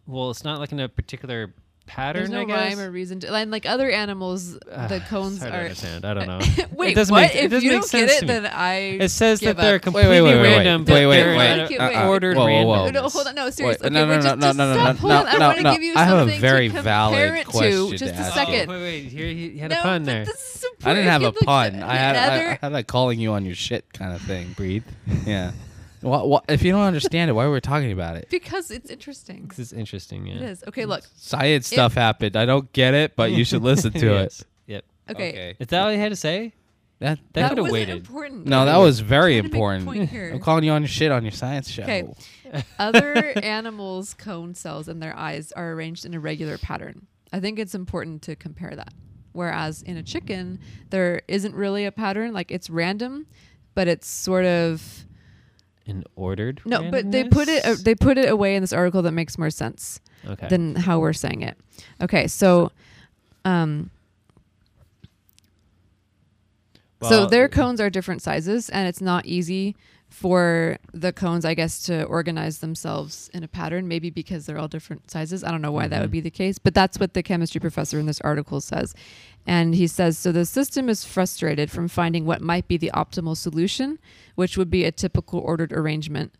well. It's not like in a particular pattern.
There's no
I guess.
rhyme or reason to, and like other animals, the
Ah, it's
cones
hard to
are.
understand. I don't know.
Wait,
it doesn't
what?
Make, it
if
doesn't
you
make
don't
sense
get it,
to me.
then I
it says
give
that they're
up.
completely random. but
Wait, wait,
they're
wait.
in a-
Wait,
uh,
wait.
uh,
ordered
whoa, whoa,
randomness.
whoa.
No, no, hold on. No, seriously.
no,
okay,
no,
wait,
no,
just,
no,
just
no, no,
stop.
no,
hold on. I
no,
want to
no.
give you
I have a
something
very
to compare
valid
it
question
to.
to
Just a
ask
Oh,
second.
wait, wait. Here he he had
no,
a pun
but
there.
This is
I didn't have a
important.
pun. I had,
another.
I, I had a calling you on your shit kind of thing. Breathe. Yeah. Wha wha if you don't understand it, why were we talking about it?
because it's interesting.
This is interesting. Yeah.
It is. Okay,
Mm.
look.
Science stuff happened. I don't get it, but you should listen to
Yes.
it.
Yep.
Okay.
Is that all you had to say?
That,
That
That
could have
wasn't
waited.
important.
no, that
Okay.
was very
Trying to make a point
important.
here.
I'm calling you on your shit on your science show.
Okay. Other animals' cone cells in their eyes are arranged in a regular pattern. I think it's important to compare that. Whereas in a chicken, there isn't really a pattern. Like it's random, but it's sort of
An ordered.
no. But they put it uh,
randomness?
they put it away in this article that makes more sense
okay.
than how we're saying it. Okay, so. Um, so
Well,
their cones are different sizes, and it's not easy for the cones, I guess, to organize themselves in a pattern. Maybe because they're all different sizes. I don't know why that would
Mhm.
be the case, but that's what the chemistry professor in this article says. And he says so the system is frustrated from finding what might be the optimal solution, which would be a typical ordered arrangement,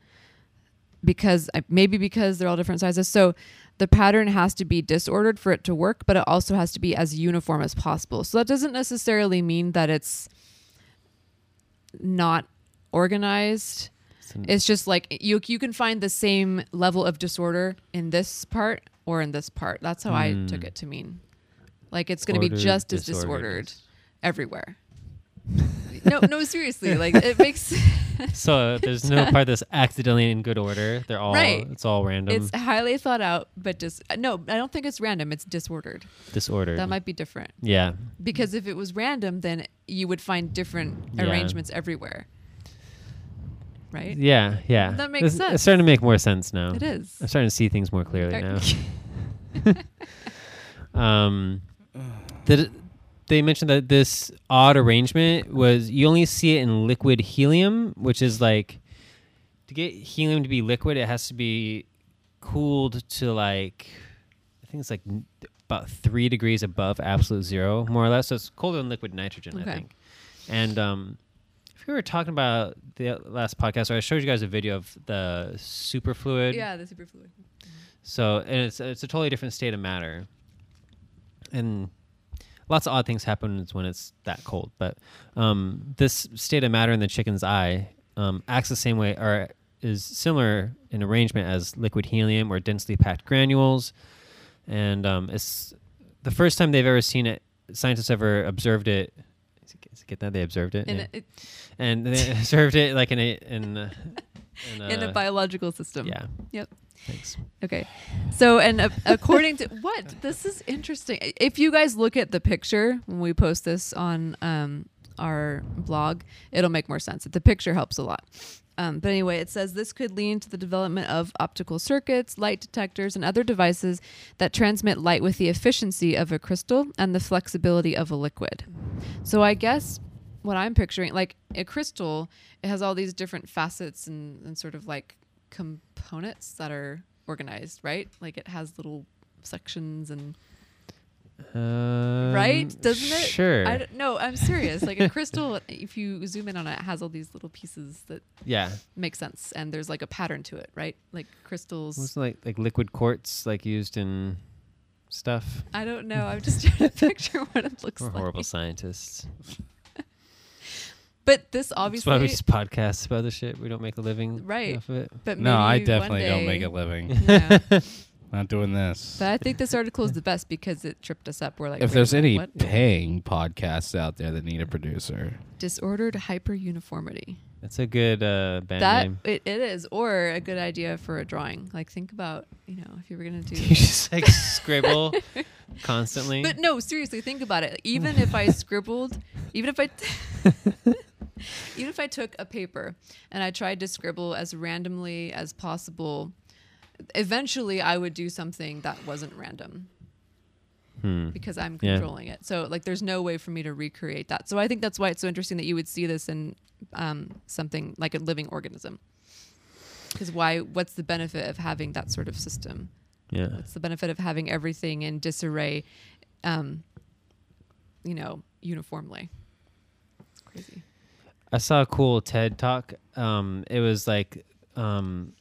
because uh, maybe because they're all different sizes. So the pattern has to be disordered for it to work, but it also has to be as uniform as possible. So that doesn't necessarily mean that it's not organized.
It's an-
It's just like you you can find the same level of disorder in this part or in this part. That's how I
Hmm.
took it to mean. Like it's going to be
Ordered
just as
disordered.
disordered everywhere. no, no, seriously, like it makes
So uh, there's no part that's accidentally in good order. They're all
Right.
it's all random,
it's highly thought out, but just no, I don't think it's random. It's disordered.
disordered.
That might be different
yeah,
because if it was random, then you would find different
Yeah.
arrangements everywhere, right?
yeah, yeah.
That makes
It's-
sense.
It's starting to make more sense now.
It is.
I'm starting to see things more clearly
Are-
now. um, the, they mentioned that this odd arrangement was you only see it in liquid helium, which is like to get helium to be liquid, it has to be cooled to like I think it's like n- about three degrees above absolute zero, more or less. So it's colder than liquid nitrogen,
Okay.
I think. And um, if we were talking about the last podcast, or I showed you guys a video of the superfluid.
yeah, the superfluid.
So and it's it's a totally different state of matter, and lots of odd things happen when it's that cold. But um, this state of matter in the chicken's eye um, acts the same way, or is similar in arrangement as liquid helium or densely packed granules, and um, it's the first time they've ever seen it. Scientists ever observed it. Is it- is it Get that they observed it,
In,
Yeah.
a, it-
and they observed it like in a in a, in
in a biological system.
Uh, yeah.
Yep.
Thanks.
Okay. So, and uh, according to what this is interesting. If you guys look at the picture when we post this on um, our blog, it'll make more sense. The picture helps a lot. Um, but anyway, it says this could lean to the development of optical circuits, light detectors, and other devices that transmit light with the efficiency of a crystal and the flexibility of a liquid. So I guess what I'm picturing, like a crystal, it has all these different facets and, and sort of like components that are organized, right? Like it has little sections and right,
Um,
doesn't it?
Sure.
I don't, no, I'm serious. Like a crystal, if you zoom in on it, it has all these little pieces that
yeah.
make sense, and there's like a pattern to it, right? Like crystals.
Wasn't like like liquid quartz like used in stuff?
I don't know. I'm just trying to picture what it looks
We're
like.
horrible scientists.
But this
That's why we
obviously,
just podcast about this shit. We don't make a living
Right.
off of it.
but
no, I
maybe one
definitely
day-
don't make a living.
Yeah.
Not doing this.
But I think this article is the best because it tripped us up. We're like,
if
wait a
there's
minute,
any
what?
paying podcasts out there that need a producer,
disordered hyperuniformity,
That's a good uh, band
that
name.
it, it is, or a good idea for a drawing. Like, think about, you know, if you were gonna
You
do.
just like scribble constantly.
But no, seriously, think about it. Even if I scribbled, even if I, even if I took a paper and I tried to scribble as randomly as possible, eventually I would do something that wasn't random.
Hmm.
because I'm
Yeah.
controlling it. So like, there's no way for me to recreate that. So I think that's why it's so interesting that you would see this in um, something like a living organism. Because why? What's the benefit of having that sort of system?
Yeah.
What's the benefit of having everything in disarray? Um, you know, uniformly. It's crazy.
I saw a cool TED talk. Um, it was like um,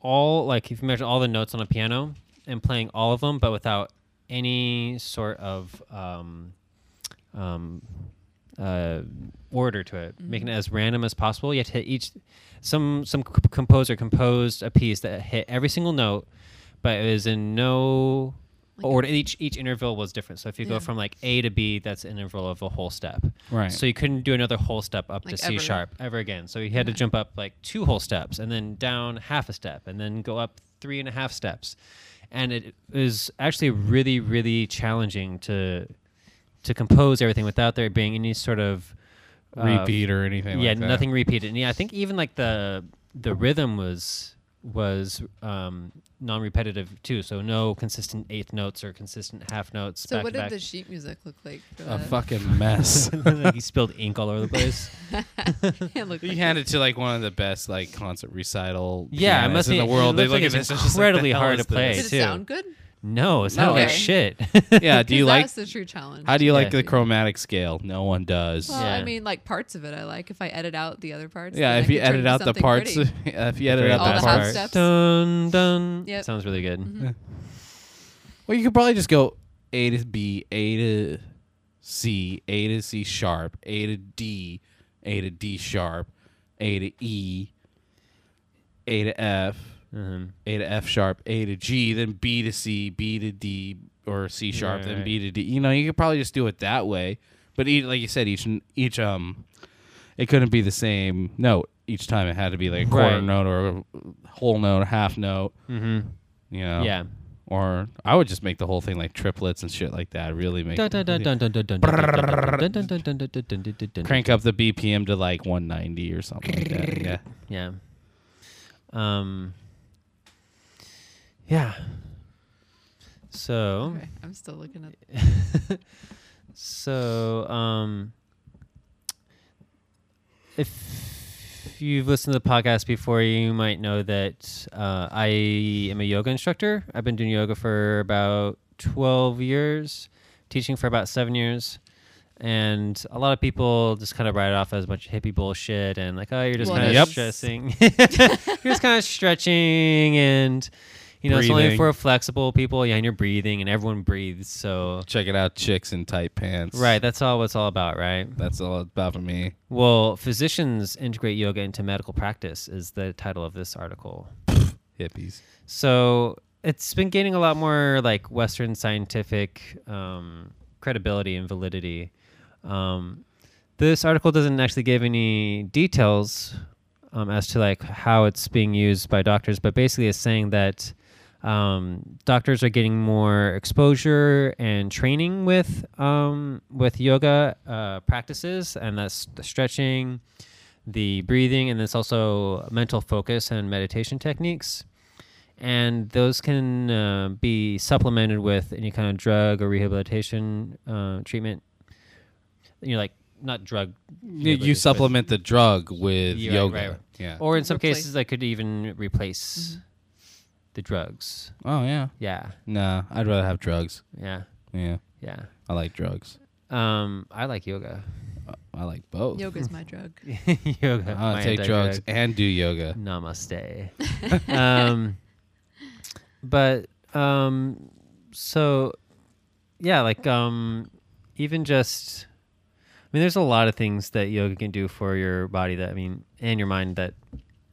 all like if you measure all the notes on a piano and playing all of them, but without any sort of um, um, uh, order to it, making
Mm.
it as random as possible. You have to hit each. Some some c- composer composed a piece that hit every single note, but it was in no
Like a-
order. Each each interval was different. So if you
Yeah.
go from like A to B, that's an interval of a whole step.
right?
So you couldn't do another whole step up
Like
to C
ever.
sharp ever again. So you had to
Yeah.
jump up like two whole steps and then down half a step and then go up three and a half steps. And it is actually really, really challenging to to compose everything without there being any sort of uh,
repeat or anything.
yeah,
like that.
nothing repeated. And yeah, I think even like the the rhythm was was um, non-repetitive too. So no consistent eighth notes or consistent half notes.
So
back
what
to
did
back.
the sheet music look like? Uh, For
A fucking mess.
like he spilled ink all over the place.
it looked
He
like
handed to like one of the best like concert recital.
Yeah, it
pianists
must
in
be-
the world.
it
They
looks like
look at
it's
this. it's just like,
incredibly
the hell
hard
is
to play.
Did
this?
it
too.
sound good?
No, it sounded like
Okay.
shit.
Yeah. Uh, Do you like?
That's the true challenge.
How do you like
Yeah.
the chromatic scale? No one does.
Well, I
Yeah.
mean, like parts of it I like. If I edit out the other parts,
yeah.
then
If
I
you
can turn
edit
into
out the
something
parts,
pretty.
if you edit
Very
out
All
the
the half
parts,
steps.
Dun dun.
Yep.
Sounds really good.
well, you could probably just go A to B, A to C, A to C sharp, A to D, A to D sharp, A to E, A to F,
Mhm.
A to F sharp, A to G, then B to C, B to D, or C sharp,
Right,
then
right.
B to D. You know, you could probably just do it that way. But each, like you said, each each um it couldn't be the same note each time. It had to be like a quarter
Right.
note or a whole note, a half note.
Mm-hmm.
You know.
Yeah.
Or I would just make the whole thing like triplets and shit like that. Really make it really-
Crank.
crank up the BPM to like 190 or something like that.
Yeah.
Yeah.
Um. Yeah. So
Okay, I'm still looking at.
so um. If you've listened to the podcast before, you might know that uh, I am a yoga instructor. I've been doing yoga for about 12 years, teaching for about seven years. And a lot of people just kind of write it off as a bunch of hippie bullshit and like, oh, you're just
Well,
kind of
that's-
stressing. you're just kind of stretching and, you know, it's only
Breathing.
for flexible people. Yeah, and you're breathing and everyone breathes. So,
Check it out, chicks in tight pants.
right, that's all what's all about, right?
That's all about for me.
Well, physicians integrate yoga into medical practice is the title of this article.
Hippies.
So it's been gaining a lot more like Western scientific um, credibility and validity. Um, this article doesn't actually give any details um, as to like how it's being used by doctors, but basically it's saying that um, doctors are getting more exposure and training with um, with yoga uh, practices, and that's the stretching, the breathing, and it's also mental focus and meditation techniques and those can uh, be supplemented with any kind of drug or rehabilitation uh, treatment. You know, like not drug.
You,
rehabilitation, but-
supplement the drug with
Yeah, right,
yoga.
right, right.
Yeah.
or in some
Replace.
cases, I could even replace the drugs.
Oh yeah.
Yeah,
Nah, I'd rather have drugs.
yeah,
Yeah.
yeah.
I like drugs.
Um, I like yoga.
I like
Oh.
both.
Yoga's my drug.
yoga.
I
my
take drugs
anti-drug.
and do yoga.
Namaste. um, but um, so yeah, like um, even just I mean, there's a lot of things that yoga can do for your body that I mean, and your mind that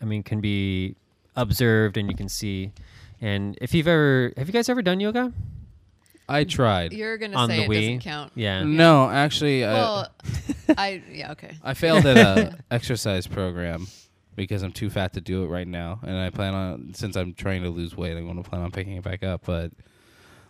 I mean can be observed and you can see. And if you've ever, have you guys ever done yoga?
I tried.
You're gonna
On
say it
the
doesn't
Wii.
count.
Yeah. Uh,
No, actually,
Well, I yeah okay.
I I failed at a exercise program because I'm too fat to do it right now, and I plan on since I'm trying to lose weight, I'm going to plan on picking it back up. But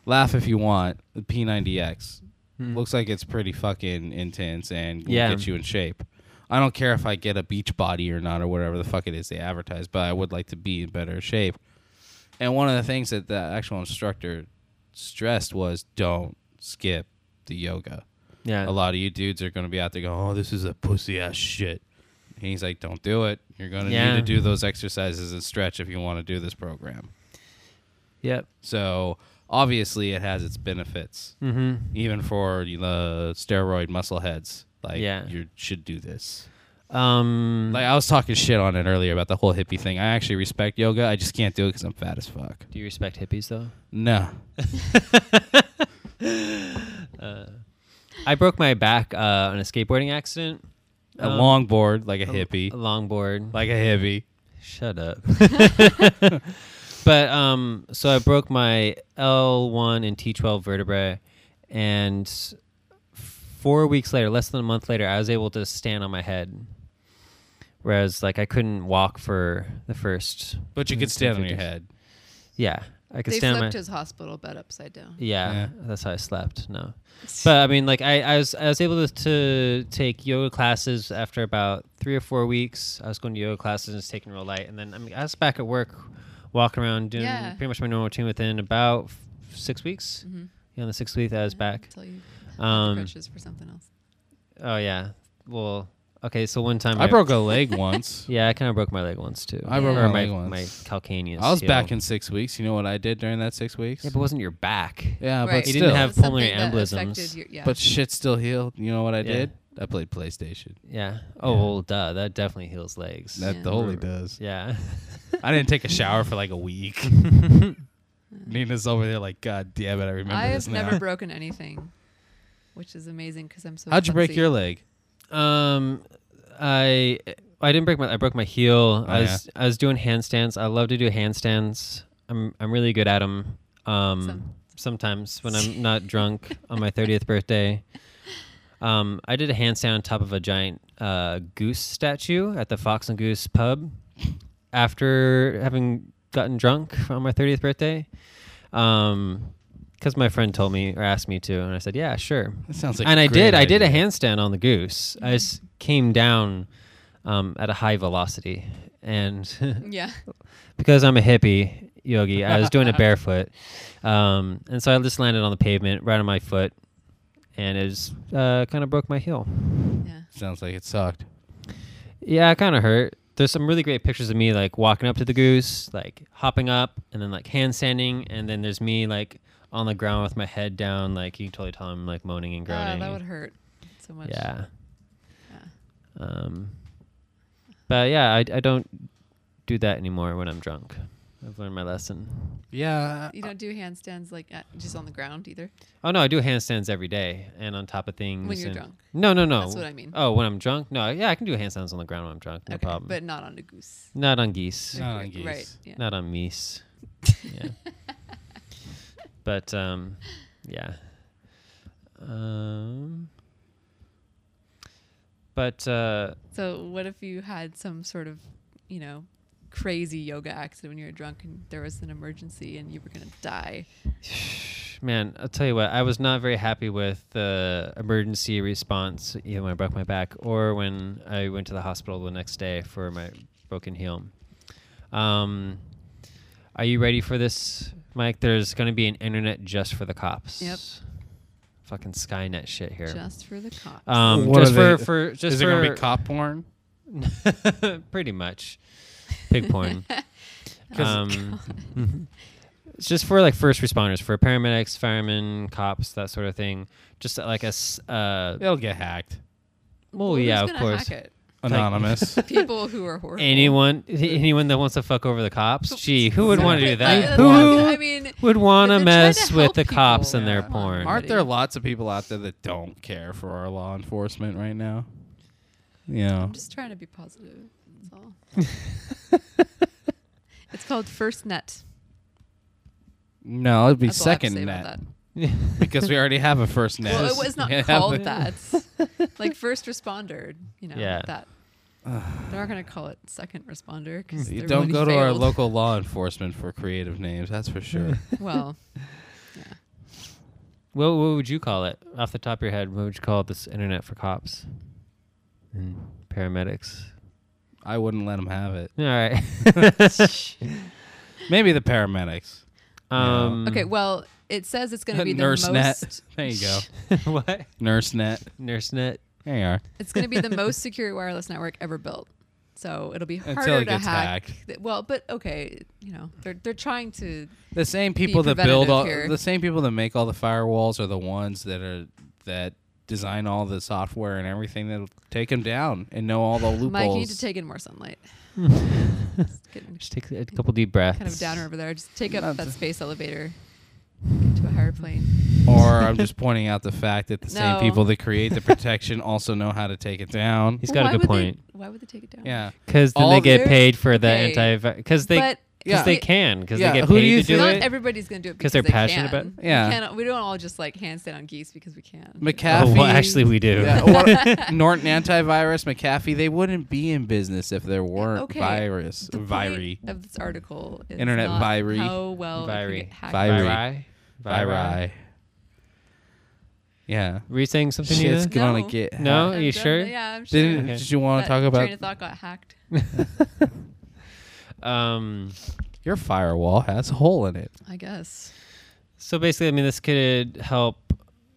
laugh if you want, the P90X looks like it's pretty fucking intense and will
Yeah.
get you in shape. I don't care if I get a beach body or not or whatever the fuck it is they advertise, but I would like to be in better shape. And one of the things that the actual instructor stressed was don't skip the yoga
Yeah.
a lot of you dudes are going to be out there going, "Oh, this is a pussy ass shit." And he's like, "Don't do it. You're going to
Yeah.
need to do those exercises and stretch if you want to do this program."
Yep.
So obviously, it has its benefits,
Mm-hmm.
even for the steroid muscle heads. Like,
Yeah.
you should do this.
Um,
Like I was talking shit on it earlier about the whole hippie thing. I actually respect yoga. I just can't do it because I'm fat as fuck.
do you respect hippies though?
No.
I broke my back uh, on a skateboarding accident.
A
Um,
longboard, like a
a-
hippie,
A longboard.
like a hippie.
Shut up. but um, so I broke my L1 and T12 vertebrae, and four weeks later, less than a month later, I was able to stand on my head. Whereas, like, I couldn't walk for the first.
But you could stand on your head.
Yeah, I could
They
stand on my.
flipped his hospital bed upside down.
Yeah,
Yeah.
that's how I slept. No, but I mean, like I, I was I was able to, to take yoga classes after about three or four weeks. I was going to yoga classes and it's taking real light, and then I mean, I was back at work, walking around doing
Yeah. Mm-hmm.
pretty much my normal routine within about f- six weeks. Yeah, on the sixth week, I was back.
Until you
Um,
crutches for something else.
Oh yeah, well, okay. So one time
I broke a leg once.
Yeah, I kind of broke my leg once too.
I
broke
Or my
my
leg once.
My calcaneus.
I was
heel.
back in six weeks. You know what I did during that six weeks?
Yeah, but wasn't your back?
Yeah,
Right.
but
You
still.
uh, didn't have
Something
pulmonary
that
embolisms.
affected your- yeah.
but shit still healed. You know what I
Yeah.
did? I played PlayStation.
Yeah. Oh well, duh. That definitely heals legs.
That
Yeah.
totally does.
yeah.
I didn't take a shower for like a week. Nina's over there like, God damn it, I remember
I
this
have
now.
never broken anything, which is amazing because I'm so.
How'd you break
clumsy.
your leg?
Um, I I didn't break my I broke my heel. I
Oh,
was I was doing handstands. I love to do handstands. I'm I'm really good at them. Um,
Some-
sometimes when I'm not drunk on my 30th birthday, Um, I did a handstand on top of a giant uh, goose statue at the Fox and Goose pub after having gotten drunk on my 30th birthday. Um, because my friend told me or asked me to, and I said, "Yeah, sure."
That sounds like
and
a
I
great
did. I did a
idea.
handstand on the goose. I s- came down um, at a high velocity, and
Yeah.
because I'm a hippie yogi, I was doing it barefoot, um, and so I just landed on the pavement right on my foot, and it just uh, kind of broke my heel.
Yeah.
Sounds like it sucked.
Yeah, it kind of hurt. There's some really great pictures of me like walking up to the goose, like hopping up, and then like handstanding, and then there's me like on the ground with my head down, like you can totally tell I'm like moaning and
Ah,
groaning.
that would hurt so much.
Yeah. Um, but yeah, I, I don't do that anymore when I'm drunk. I've learned my lesson.
Yeah.
You don't do handstands like at, just on the ground either.
Oh no, I do handstands every day and on top of things.
you're
and-
drunk.
No, no, Mm, no.
That's what I mean.
Oh, when I'm drunk? No, yeah, I can do handstands on the ground when I'm drunk. No
okay.
problem.
But not on a goose.
not on geese.
Not on
Right.
geese.
Yeah.
Not on meese. yeah. But um, yeah. Um. But uh,
So what if you had some sort of, you know, crazy yoga accident when you were drunk and there was an emergency and you were gonna die?
Man, I'll tell you what, I was not very happy with the emergency response, either when I broke my back or when I went to the hospital the next day for my broken heel. Um, are you ready for this, Mike? There's going to be an internet just for the cops.
Yep.
Fucking Skynet shit here.
Just for the cops.
um,
What
just for,
are they-
for just
Is
for
it gonna be cop porn?
pretty much pig porn.
'Cause-
um, it's just for like first responders, for paramedics, firemen, cops, that sort of thing. Just like a s- uh,
It'll get hacked.
well,
Who's
yeah, of
gonna
course.
hack it?
Anonymous.
People who are horrible.
Anyone, anyone that wants to fuck over the cops, gee, who would want to do
Like,
that?
that's
Who
not- I mean,
would want
they're
to
trying to
mess with
help
the cops
people.
and their
Yeah.
porn?
Mar-
Aren't there lots of people out there that don't care for our law enforcement right now? You know.
I'm just trying to be positive. That's all. it's called First Net.
No, it'd be
That's all I have to
second
say about
net
that.
because we already have a first net.
Well, it was not
Yeah,
called
but-
that. like first responder, you know,
Yeah.
that. They're not going to call it second responder because
You don't go to our local law enforcement for creative names, that's for sure.
Well,
What, what would you call it off the top of your head? What would you call this internet for cops and paramedics?
I wouldn't let them have it.
All right.
Maybe the paramedics.
Um,
okay. Well, it says it's going to be the
Mm. Nurse
most.
net. There you go.
what?
Nurse net.
NurseNet.
There you are.
It's going to be the most secure wireless network ever built. So it'll be
Until
harder
it
to
gets
hack.
hacked.
th- well, but okay, you know, they're they're trying to.
The same people that build
preventative
all
here.
the same people that make all the firewalls are the ones that are that design all the software and everything that'll take them down and know all the loopholes.
Mike, you need to take in more sunlight. Just getting
Just take a couple deep breaths.
kind of downer over there. Just take up
Not
that
to-
space elevator. Get to a higher plane.
or I'm just pointing out the fact that
No.
the same people that create the protection also know how to take it down.
He's got
Why
a good
would they-
point.
why would they take it down?
Yeah.
Because then
All
they get
their-
paid for the
Okay.
anti. Because they,
but
because
Yeah.
they can. Because
Yeah,
they get
who do
paid
you
to do
not
it.
everybody's gonna do it
'Cause
because
they're
they
passionate
can.
about
We
Yeah.
cannot- we don't all just like handstand on geese because we can.
McAfee.
oh, well, actually, we do.
Yeah, what- Norton antivirus, McAfee, they wouldn't be in business if there weren't
Okay,
virus.
The
Viri.
point of this article is
Internet
not
viree.
How well it can
Viree.
get hacked.
Viree.
Viri.
Viri. Yeah.
Were you saying something?
Shit's
Nina?
gonna
No.
No?
get hacked.
Are Oh, you
I'm
sure?
done. Yeah, I'm sure.
Didn't
Okay.
did you want
That
to talk about
train of thought got hacked.
Um.
your firewall has a hole in it?
I guess.
So basically, I mean, this could help.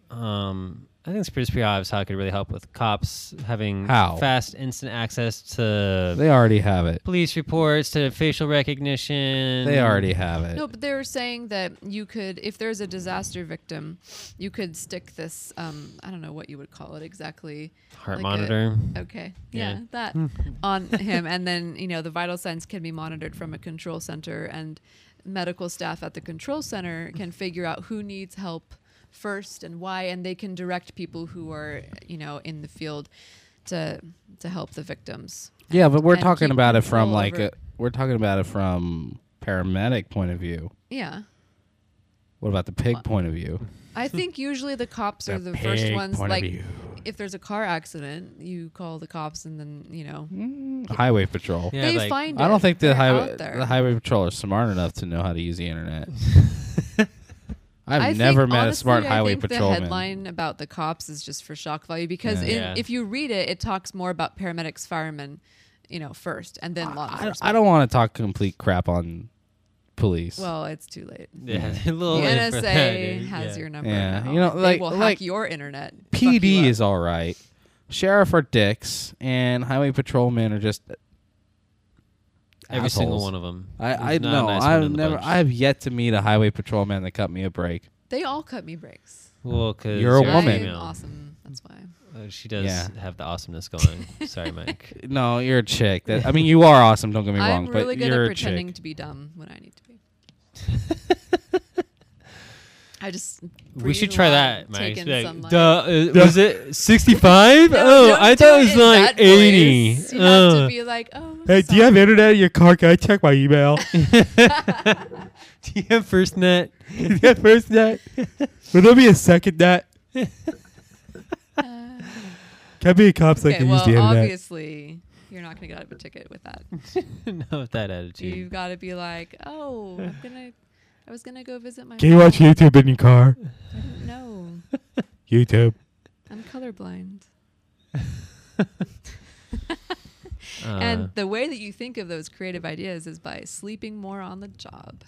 Um, I think it's pretty, pretty obvious how it could really help with cops having
How?
fast, instant access to
They already have it.
police reports, to facial recognition.
They already have it.
No, but they were saying that you could, if there's a disaster victim, you could stick this. Um, I don't know what you would call it exactly.
heart
like a-
monitor.
Okay.
Yeah.
Yeah, that
Hmm.
on him. And then, you know, the vital signs can be monitored from a control center, and medical staff at the control center can figure out who needs help first and why, and they can direct people who are, you know, in the field to to help the victims.
Yeah, but we're
and
talking
keep
about it from
control
like
over-
a, we're talking about it from paramedic point of view.
Yeah.
What about the pig point of view? Hmm.
I think usually the cops are the first
pig
ones
point of
like
view.
if there's a car accident, you call the cops and then, you know,
Highway patrol.
Yeah,
they
like-
find it.
I don't think the
They're
highway
out there.
the highway patrol are smart enough to know how to use the internet. I've
I think,
never met a
honestly,
smart
I
highway
think
patrolman.
The headline about the cops is just for shock value because
Yeah.
in,
Yeah.
if you read it, it talks more about paramedics, firemen, you know, first, and then law
I,
enforcement.
I don't want to talk complete crap on police.
Well, it's too late.
Yeah, a little
The
late for that,
NSA
dude.
has
Yeah.
your number.
Yeah,
now.
you know, like-
they will
like-
hack your internet. fuck
PD
you
is all right. Sheriff are dicks, and highway patrolmen are just
every single
assholes.
one of them.
I, I no, I've never, I've yet to meet a highway patrolman that cut me a break.
up. they all cut me breaks.
well, because
You're a woman.
I'm
female.
awesome. That's why.
she does
Yeah.
have the awesomeness going. Sorry, Mike.
No, you're a chick. That I mean, you are awesome. Don't get me wrong,
I'm really
but
good
you're
at
a
pretending
chick.
to be dumb when I need to be. I just.
We should
breathe
try
loud,
that,
take
Mike.
in
Like,
sunlight.
duh, uh, was it 65?
No,
oh,
don't
I
do
thought it was
in
like
that
80.
voice. You have to
Uh.
be like, oh.
internet in your car? Can I check my email?
do you have first net?
yeah, first net. Will there be a second net?
sorry."
Can be a cop so I
Uh, okay,
can use
well,
the internet?
obviously, you're not going to get out of a ticket with that.
Not with that attitude.
You've got to be like, oh, I'm gonna, I was gonna go visit my.
Can you
mom.
watch YouTube in your car?
No,
YouTube.
I'm colorblind.
Uh,
and the way that you think of those creative ideas is by sleeping more on the job.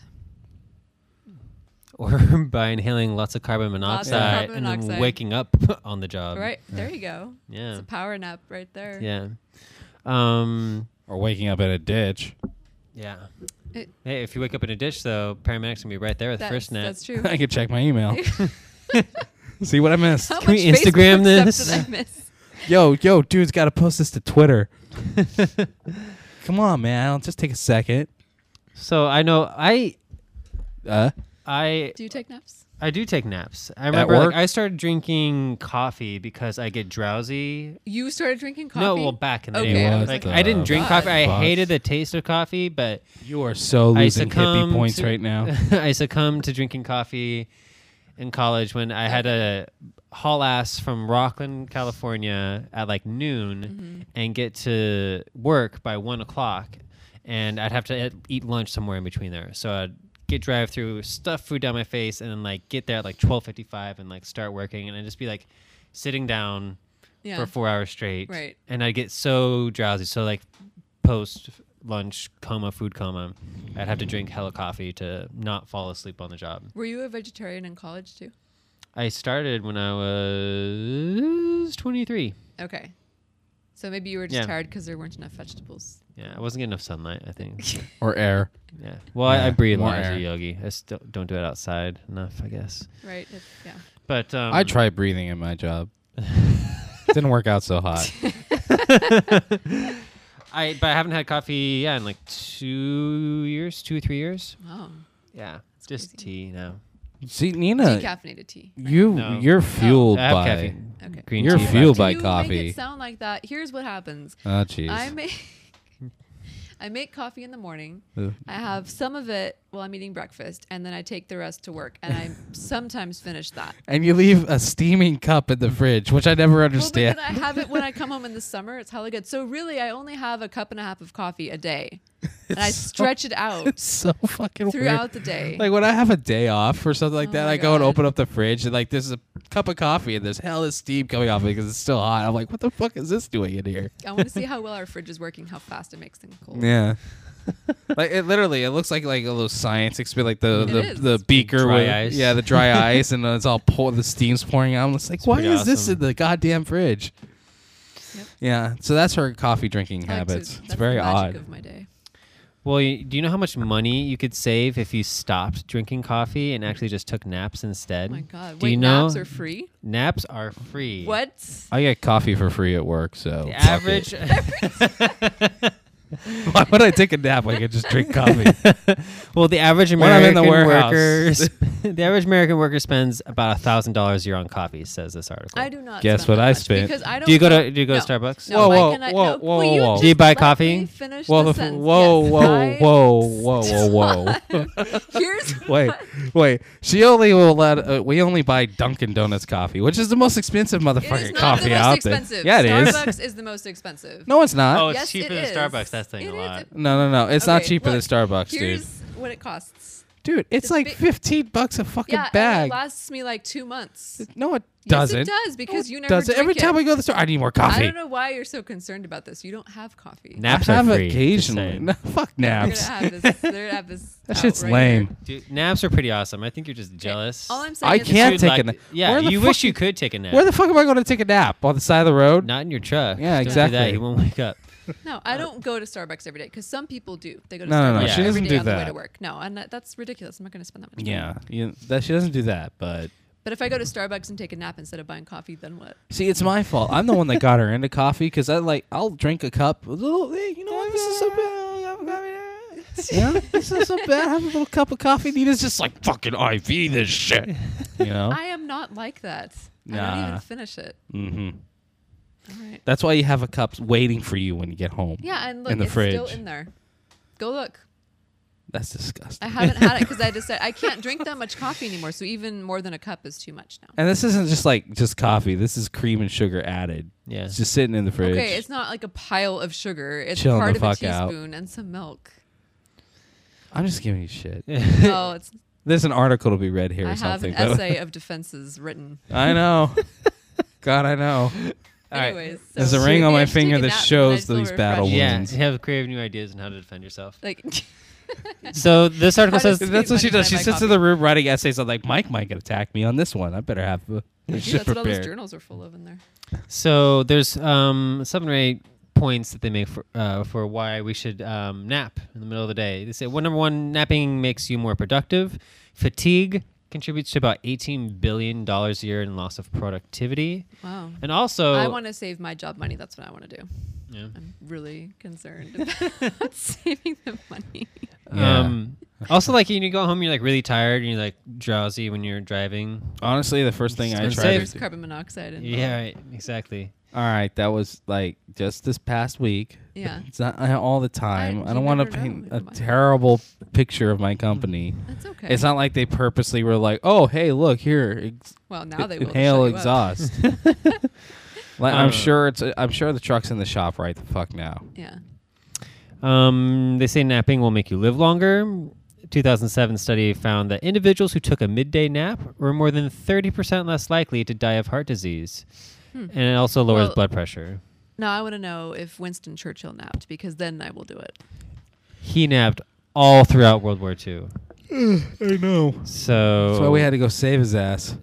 or by inhaling lots of carbon
Lots
monoxide,
of carbon
and
monoxide.
then waking up on the job.
right there, you go.
Um,
It's
Yeah.
a power nap right there.
Yeah. Um.
Or waking up in a ditch.
Yeah.
It-
hey, if you wake up in a ditch, though, paramedics gonna be right there with
that's,
first net.
that's true.
I could check my email. See what I missed.
How
Can we
much
Instagram
Facebook
this?
Stuff did I miss?
Yo, yo, dude's got to post this to Twitter. Come on, man. I'll just take a second.
So I know I
Uh,
I
Do you take naps?
I do take naps. I remember like,
work?
I started drinking coffee because I get drowsy.
You started drinking coffee.
No, well, back in the
Okay,
day,
I
was
like
like,
I didn't drink
what
coffee. I
the
hated
fuck?
the taste of coffee, but
you are so
I
losing hippie
succumbed
points
to-
right now.
I succumbed to drinking coffee in college when I had a haul ass from Rockland, California at like noon and get to work by one o'clock. And I'd have to e- eat lunch somewhere in between there. So I'd get drive through, stuff food down my face, and then like get there at like 12.55 and like start working. And I'd just be like sitting down
yeah.
for four hours straight.
Right.
And I get so drowsy. So like post lunch coma, food coma, I'd have to drink hella coffee to not fall asleep on the job.
Were you a vegetarian in college too?
I started when I was 23.
Okay. So maybe you were just
Yeah.
tired 'cause tired because there weren't enough vegetables.
Yeah, I wasn't getting enough sunlight. I think.
Or air.
Yeah. Well, I, I
Yeah,
breathe a
more
lot as
air.
a yogi. I still don't do it outside enough, I guess.
Right? It- yeah.
But um,
I tried breathing in my job. Didn't work out so hot.
I but I haven't had coffee. Yeah, in like two years, two three years.
Wow.
Oh.
Yeah, just tea now.
See, Nina,
Decaffeinated tea.
you
No.
you're fueled
I have
by
caffeine.
Okay.
Green
You're
tea.
fueled
black
by
you Make
coffee.
it sound like that. Here's what happens.
Oh jeez.
I make I make coffee in the morning.
Ugh.
I have some of it while I'm eating breakfast, and then I take the rest to work. And I sometimes finish that.
And you leave a steaming cup in the fridge, which I never understand.
Well, because I have it when I come home in the summer. It's hella good. So really, I only have a cup and a half of coffee a day, and I
so-
stretch it out
it's so fucking
throughout
weird.
the day.
Like when I have a day off or something like
Oh
that,
my
I go and
God.
open up the fridge and like there's a cup of coffee and there's hell of steam coming off it because it's still hot. I'm like, what the fuck is this doing in here?
I want to see how well our fridge is working, how fast it makes things cold.
Yeah. like it literally, it looks like like a little science experiment, like the
It
the,
is.
the beaker
Dry
with
ice.
yeah the dry ice, and it's all pour the steam's pouring out. I'm just like, why
pretty
is this
awesome.
in the goddamn fridge?
Yep.
Yeah, so that's her coffee drinking
I like to-
habits.
that's
It's very
the magic
odd.
Of my day.
Well, you, do you know how much money you could save if you stopped drinking coffee and actually just took naps instead?
Oh my god.
Do
Wait,
you know
naps are free.
naps are free?
What?
I get coffee for free at work, so
The
fuck Oh, it.
average
Why would I take a nap? when I could just drink coffee.
Well, the average
When I'm in
American
the warehouse.
worker sp- the average American worker spends about a thousand dollars a year on coffee, says this article.
I do not.
Guess
spend
what
that
I
much
spent.
Because I don't
Do you go
have-
to do you go to
no.
Starbucks?
No,
Whoa,
I
whoa,
cannot-
whoa,
no,
whoa,
will you
whoa.
just
Do you buy
let me
coffee?
finish
Whoa,
the
the f-
sentence?
whoa,
Yes,
whoa,
I-
whoa, whoa, whoa, whoa,
Here's
Wait, wait. She only will let. Uh, we only buy Dunkin' Donuts coffee, which is the most
it
expensive
is
motherfucking
not
coffee
the most
out
expensive.
there. Yeah, it is.
Starbucks is. the most expensive.
No, it's not.
Oh, it's
Yes,
cheaper
it
than Starbucks.
is.
That's saying
It
a
is.
lot.
No, no, no. It's not
Okay,
cheaper than
look,
Starbucks, dude.
Here's what it costs.
Dude, it's
It's
like
big-
fifteen bucks a fucking
Yeah, and
bag.
it lasts me like two months.
no, it
Yes,
doesn't.
it does, because you never
does it.
drink
Every
it.
time we go to the store, I need more
I
coffee.
don't know why you're so concerned about this. You don't have coffee.
Naps
I have
are free. just
occasionally.
saying.
No, fuck
They're gonna
naps.
have this. They're gonna have this.
That
out
shit's
right
lame.
here.
Dude, naps are pretty awesome. I think you're just jealous.
All I'm saying
I
is
can't
You'd
take
like
a nap.
to- Yeah,
Where the
you
fuck
wish
you-
you could take a nap.
Where the fuck am I going to take a nap on the side of the road?
Not in your truck.
Yeah,
Don't do that.
exactly.
You won't wake up.
No, I don't go to Starbucks every day because some people do. They go to
No, no,
Starbucks
no, she
every
doesn't
day
do
on the way
that.
to work. No, and that, that's ridiculous. I'm not going to spend that much.
Yeah, you, that she doesn't do that, but
But if I go to Starbucks and take a nap instead of buying coffee, then what?
See, it's my fault. I'm the one that got her into coffee because I like I'll drink a cup. A little, hey, you know what? This is so bad. yeah, this is so bad. Have a little cup of coffee. Nina's just like fucking IV this shit. You know.
I am not like that. I don't
Oh. Nah.
even finish it.
hmm
All right.
That's why you have a cup waiting for you when you get home.
Yeah, and look,
in the
it's
fridge.
still in there. Go look.
That's
I
disgusting.
haven't had it because I decided I can't drink that much coffee anymore. So even more than a cup is too much now.
And this isn't just like just coffee. This is cream and sugar added.
Yeah.
It's just sitting in the fridge.
Okay, it's not like a pile of sugar. It's
Chilling
part
the
of a
fuck out.
teaspoon and some milk.
I'm just giving you shit.
No, it's,
There's an article to be read here or
I have
something.
an
but-
essay of defenses written.
I know. God, I know. All right.
Anyways, so
There's a ring on
Yeah,
my
just take
finger
a
that
nap, but I
shows
still
these
refresh.
battle
yeah,
wounds.
you have creative new ideas on how to defend yourself.
Like
So this article
How does
says
it-
That's what she
Money
does. She
by
sits
copy.
in the room writing essays on like Mike might attack me on this one. I better have uh,
Dude,
shit
that's what all those
prepared.
journals are full of in there.
So there's um, seven or eight points that they make for uh, for why we should um, nap in the middle of the day. They say, well, number one, napping makes you more productive. Fatigue contributes to about eighteen billion dollars a year in loss of productivity,
Wow.
and also
I want to save my job money. That's what I want to do.
Yeah.
I'm really concerned about saving the money.
Yeah.
um, also like when you go home, you're like really tired and you're like drowsy when you're driving.
Honestly, the first thing I
Just
tried.
save-
There's
To do,
carbon monoxide in
Yeah, right, exactly.
all right, that was like just this past week.
Yeah.
It's not uh, all the time. I,
I-
don't
you
want to
never
paint
know.
a terrible picture of my company.
That's okay.
It's not like they purposely were like, "Oh, hey, look here, ex-
well, now they will shut
inhale
you up.
exhaust." like, I'm
Uh.
sure it's. I'm sure the truck's in the shop right the fuck now.
Yeah.
Um, they say napping will make you live longer. 2007 study found that individuals who took a midday nap were more than 30% less likely to die of heart disease. And it also lowers
Well-
blood pressure.
Now I want to know if Winston Churchill napped because then I will do it.
He napped all throughout World War II.
I know.
So
That's why we had to go save his ass.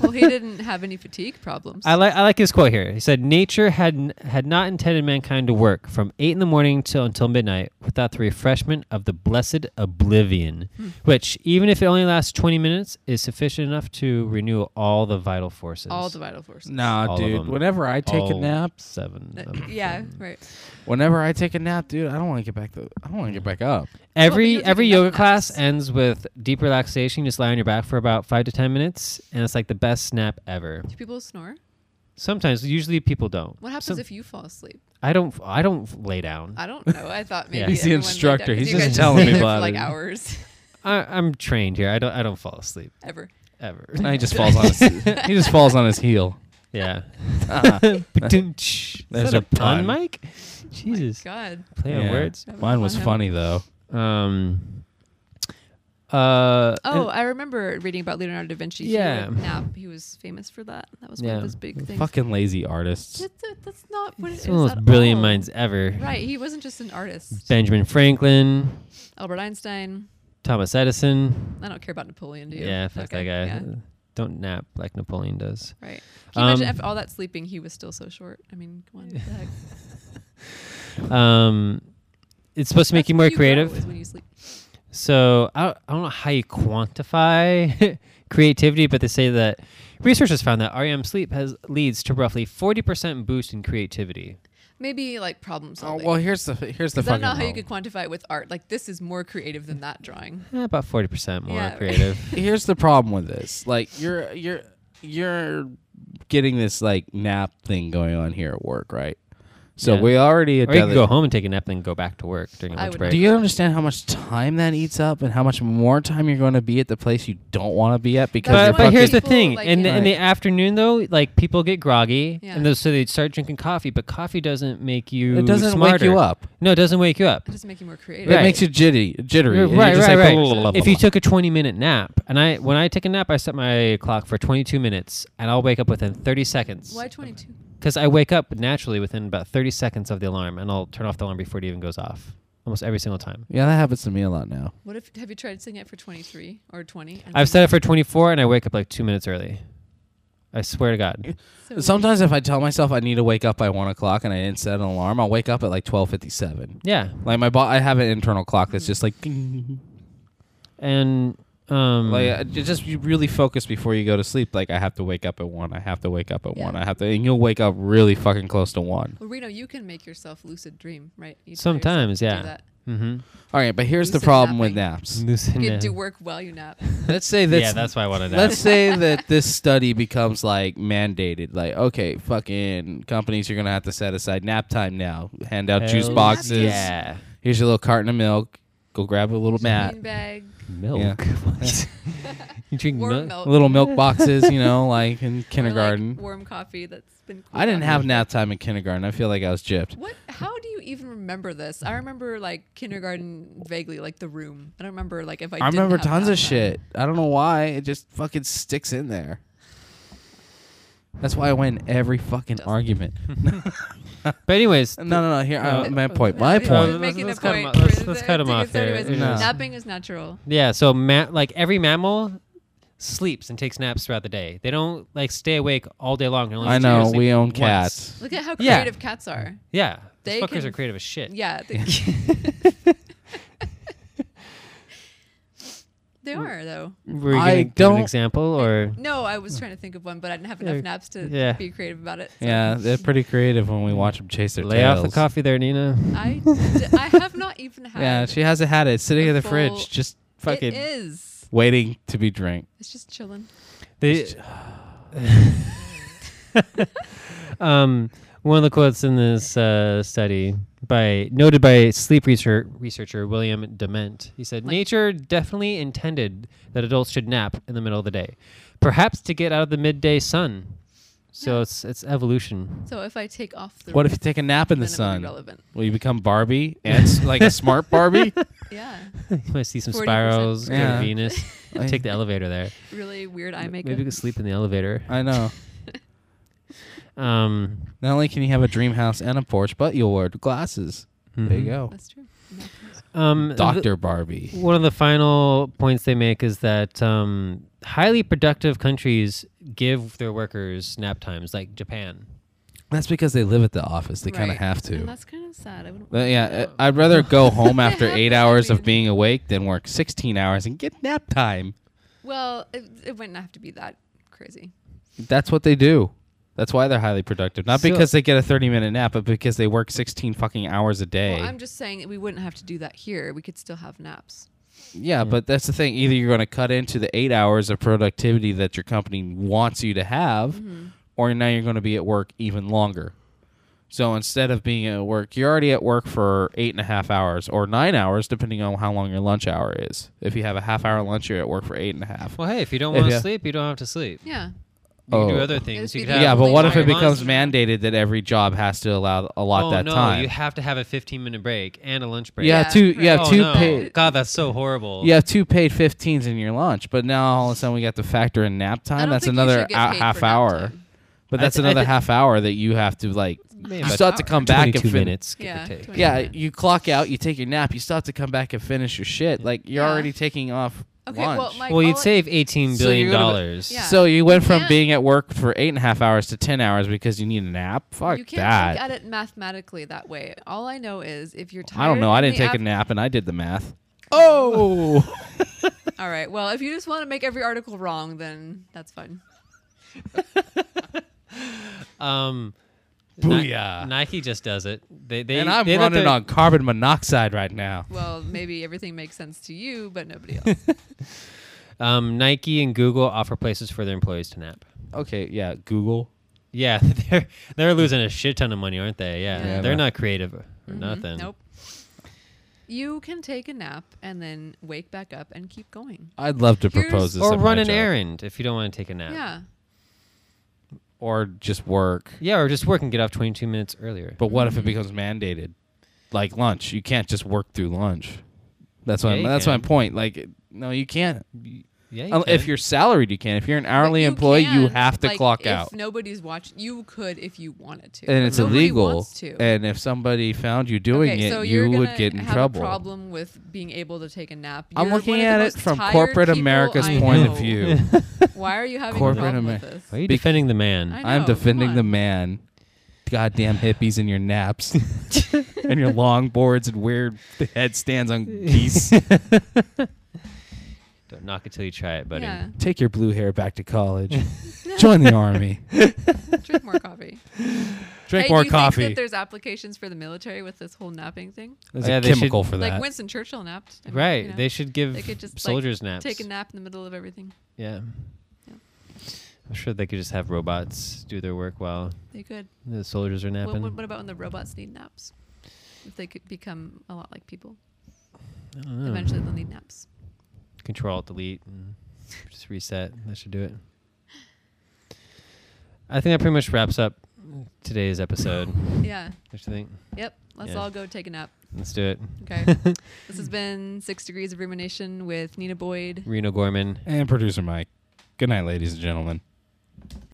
Well, he didn't have any fatigue problems.
I like I like his quote here. He said, "Nature had n- had not intended mankind to work from eight in the morning till until midnight without the refreshment of the blessed oblivion,
Hmm.
which, even if it only lasts twenty minutes, is sufficient enough to renew all the vital forces."
all the vital forces.
Nah,
All of
dude.
them.
Whenever I take a
All
nap,
Seven.
Uh,
of them.
yeah, right.
whenever I take a nap, dude, I don't want to get back. To, I don't want to get back up.
Every
Well, but you
every
take enough
yoga class
naps.
ends with deep relaxation. You just lie on your back for about five to ten minutes, and it's like the best nap ever.
Do people snore?
Sometimes, usually people don't.
What happens
Some-
if you fall asleep?
I don't? I don't lay down.
I don't know. I thought maybe
Yeah.
He's the
everyone laid down
instructor.
'cause
He's
you guys
just telling
lay
me
there for,
about
like
it.
hours
I, I'm trained here. I don't. I don't fall asleep
ever.
ever.
And he just falls on. His, he just falls on his heel.
Yeah.
Ah,
There's
There's
that a
a
pun,
pun.
Mike. Jesus,
God.
play on
yeah.
words.
Have a
Mine was
fun-
funny though.
Um. Uh.
Oh, I remember reading about Leonardo da Vinci.
Yeah.
He would nap. He was famous for that. That was one
Yeah.
of his big things.
Fucking lazy artists.
That's, that- that's not what
It's
it
one of
is
the most
at
brilliant
all.
minds ever.
Right. He wasn't just an artist.
Benjamin Franklin,
Albert Einstein.
Thomas Edison.
I don't care about Napoleon, do you?
Yeah, fuck
Okay,
that guy.
yeah,
Don't nap like Napoleon does.
Right. Can you imagine
Um,
after all that sleeping, he was still so short? I mean, come on. what the heck?
Um, it's supposed to make
That's
you
where
more
grow,
creative.
is when you sleep.
So I, I don't know how you quantify creativity, but they say that E researchers found that REM sleep has leads to roughly 40% boost in creativity.
Maybe like problem
Oh,
solving.
well, here's the here's
I
the
don't
fucking
know how you
problem.
could quantify it with art. Like this is more creative than that drawing.
Eh, about forty percent more
Yeah.
creative.
here's the problem with this. Like you're you're you're getting this like nap thing going on here at work, right? So
Yeah.
we already
or you can
identified-
go home and take a nap, then go back to work during
I
lunch
would
break.
Do you understand how much time that eats up and how much more time you're going to be at the place you don't want to be at because
but,
That's
you're
why
but here's the
people,
thing
like,
in, the,
you
in
know-
the afternoon though like people get groggy
Yeah.
and those, so they start drinking coffee but coffee doesn't make you
It doesn't wake
smarter.
you up.
no it doesn't wake you up
It doesn't make you more creative.
Right.
It makes you jitty, jittery.
You're
and you're
right,
just
right,
like,
right.
"Blah, blah, blah,
if
blah,
you
blah."
took a 20 minute nap and i when i take a nap i set my clock for 22 minutes and i'll wake up within 30 seconds
Why 22?
because i wake up naturally within about 30 seconds of the alarm and i'll turn off the alarm before it even goes off almost every single time
yeah, that happens to me a lot now.
What if have you tried setting it for 23 or 20?
i've set it for 24 and i wake up like two minutes early i swear to god
So
Sometimes if I tell myself I need to wake up by one o'clock and I didn't set an alarm, I'll wake up at like twelve fifty seven.
yeah
Like my bo- I have an internal clock that's just like, ding.
and um
like uh, ju- just you really focus before you go to sleep. Like I have to wake up at one. I have to wake up at
Yeah.
one. I have to, and you'll wake up really fucking close to one.
Well, Reno, you can make yourself lucid dream, right? You tell yourself
sometimes
to do
yeah
that.
mm-hmm
All right, but here's the
Lucid
problem with
napping.
naps.
Loosen
You
down.
can do work while you nap.
Let's say that's
yeah, that's why I wanted
Let's
that.
say that this study becomes like mandated. Like, okay, fucking companies, you're gonna have to set aside nap time now. Hand out juice
Hell
boxes.
Yeah.
Here's your little carton of milk. Go grab a little mat.
Green bag.
Milk. you drink
Warm
milk?
milk.
Little milk boxes, you know, like in
or, like,
kindergarten.
warm coffee that's been.
I didn't
cooled
have
off.
nap time in kindergarten. I feel like I was gypped.
What? How do you even remember this? I remember like kindergarten vaguely, like the room. I don't remember like if I.
I
didn't
remember
have
tons
nap
of
time.
shit. I don't know why. It just fucking sticks in there. That's why I win every fucking
Doesn't.
argument.
But anyways,
No, no, no. Here, uh, my point. My
Yeah,
point.
we're making
Let's-
a
let's cut 'em
point
off. Let's-
for
let's
the-
cut 'em
to-
off
so anyways,
here.
No.
Napping is natural.
yeah, so ma- like every mammal sleeps and takes naps throughout the day. They don't like stay awake all day long. They only
I
stay
know
asleep
we own
once.
cats.
Look at how
Yeah.
creative cats are.
Yeah.
They
Those fuckers
can-
are creative as shit.
Yeah. They, They
Mm.
are though.
Were you
I
going to give
don't-
an example or
No, I was trying to think of one, but I didn't have
Yeah.
enough naps to
Yeah.
be creative about it. so-
Yeah, they're pretty creative when we watch them chase their
lay off the
tails.
coffee there, Nina?
I, d- I have not even had.
Yeah, she hasn't had it It's sitting in the
full-
fridge, just
It
fucking
is.
waiting to be drank.
It's just chilling.
They, um, one of the quotes in this uh, study by noted by sleep research, researcher William Dement. He said,
Like-
"Nature definitely intended that adults should nap in the middle of the day, perhaps to get out of the midday sun." So it's it's evolution.
So if I take off the
What if you take a nap in
then it
the
would be
sun?
relevant.
Will you become Barbie and s- like a smart Barbie?
Yeah,
you might see some
40%.
spirals, go to
Yeah.
Venus, take the elevator there.
really weird eye
M-
makeup.
Maybe we could sleep in the elevator.
I know.
Um,
Not only can you have a dream house and a porch, but you'll wear glasses. There you
mhm.
go,
That's true.
Um, th-
Mm-hmm. Doctor Barbie.
One of the final points they make is that um, highly productive countries give their workers nap times, like Japan.
That's because they live at the office. They kind of
Right.
have
And
to.
that's kind of sad. I wouldn't
But yeah, I- I'd rather go home
They
after
have
eight
to, I
hours of
mean.
being awake than work 16 hours and get nap time.
Well, it, it wouldn't have to be that crazy.
That's what they do. That's why they're highly productive. Not
So-
because they get a 30 minute nap, but because they work 16 fucking hours a day.
Well, I'm just saying that we wouldn't have to do that here. We could still have naps.
yeah, but that's the thing. Either you're going to cut into the eight hours of productivity that your company wants you to have,
Mm-hmm.
or now you're going to be at work even longer. So instead of being at work, you're already at work for eight and a half hours or nine hours, depending on how long your lunch hour is. If you have a half hour lunch, you're at work for eight and a half.
Well, hey, if you don't
If
want to
you-
sleep, you don't have to sleep. You
Yeah.
can do
Oh.
other things.
be
You could
the
have
Yeah, but
Probably
what if
not.
it becomes
Oh,
mandated that every job has to allow allot that
no,
time?
you have to have a 15 minute break and a lunch break.
You have
Yeah,
two. You have
Oh,
two
no.
paid.
God, that's so horrible.
You have two paid 15s in your lunch, but now all of a sudden we got to factor in nap
I
time.
don't
That's
think you
another
should get
hou-
paid
half
for nap
hour.
time.
But
I
that's
thi- I
another
thi-
half hour that you have to like.
Maybe
You
about
still have to come back and
22
fin-
minutes. give or
Yeah,
take.
20
Yeah,
minutes.
you clock out, you take your nap, you still have to come back and finish your shit. Like you're
Yeah.
already taking off
Okay.
lunch.
Well, like
Well, you'd
all I-
save 18
So you're
billion
gonna-
dollars.
Yeah.
So you went from
can't-
being at work for eight and a half hours to ten hours because you need a nap. Fuck
you can't
that.
look at it mathematically that way. All I know is if you're tired.
I don't know. I
in
didn't
the
take a
af-
nap and I did the math. Oh.
All right. Well, if you just want to make every article wrong, then that's fine.
Um, Ni-
Booyah.
Nike just does it. They they
and I'm
they let
running
their-
on carbon monoxide right now.
Well, maybe everything makes sense to you, but nobody else. Mm-hmm.
Um, Nike and Google offer places for their employees to nap.
Okay, yeah, Google.
Yeah, they're they're losing a shit ton of money, aren't they? Yeah,
Yeah.
they're not creative or nothing.
Mm-hmm. Nope. You can take a nap and then wake back up and keep going.
I'd love to propose
Here's-
this.
Or
at my
run an
job.
errand if you don't want to take a nap.
Yeah.
Or just work.
Yeah, or just work and get off 22 minutes earlier.
But what if
Mm-hmm.
it becomes mandated? Like lunch, you can't just work through lunch. That's
Yeah,
my
you
that's
can.
my point. Like, it- no, you can't. You-
yeah, you
un- Um, if
can.
you're salaried, you can. If you're an hourly
But you
employee, you
can,
have to
like,
clock
if
out,
Nobody's watching. You could if you wanted to.
and it's
Nobody
illegal.
Wants to.
And if somebody found you doing
okay,
it,
so you're
you would
gonna
get in
have
trouble.
A problem with being able to take a nap.
I'm
You're
looking
one of the
at it
most
from
tired
corporate
people
America's
I
point
know.
of view.
Why are you having
Corporate
a problem
Amer-
with this?
Why are you
Bec-
defending the man?
I know,
I'm
come
defending the
on.
man. Goddamn hippies and your naps and your longboards and weird headstands on geese.
Don't knock it till you try it, buddy.
Yeah,
Take your blue hair back to college. Join the army.
drink more coffee.
Drink
Hey,
more
do you
coffee.
Think that there's applications for the military with this whole napping thing.
There's
Yeah,
a
they should-
chemical for
Like
that.
Winston Churchill napped. I mean,
Right.
you know,
They should give
they could just like,
soldiers naps.
take a nap in the middle of everything.
Yeah.
Yeah.
I'm sure they could just have robots do their work while
They could.
the soldiers are
What,
napping.
what, what about when the robots need naps? If they could become a lot like people,
I don't know.
eventually they'll need naps.
Control Alt Delete and just reset. That should do it. I think that pretty much wraps up today's episode. Don't
Yeah.
you think?
Yep. Let's
Yeah.
all go take a nap.
Let's do it.
Okay. this has been Six Degrees of Rumination with Nina Boyd.
Reno Gorman.
and producer Mike. Good night, ladies and gentlemen.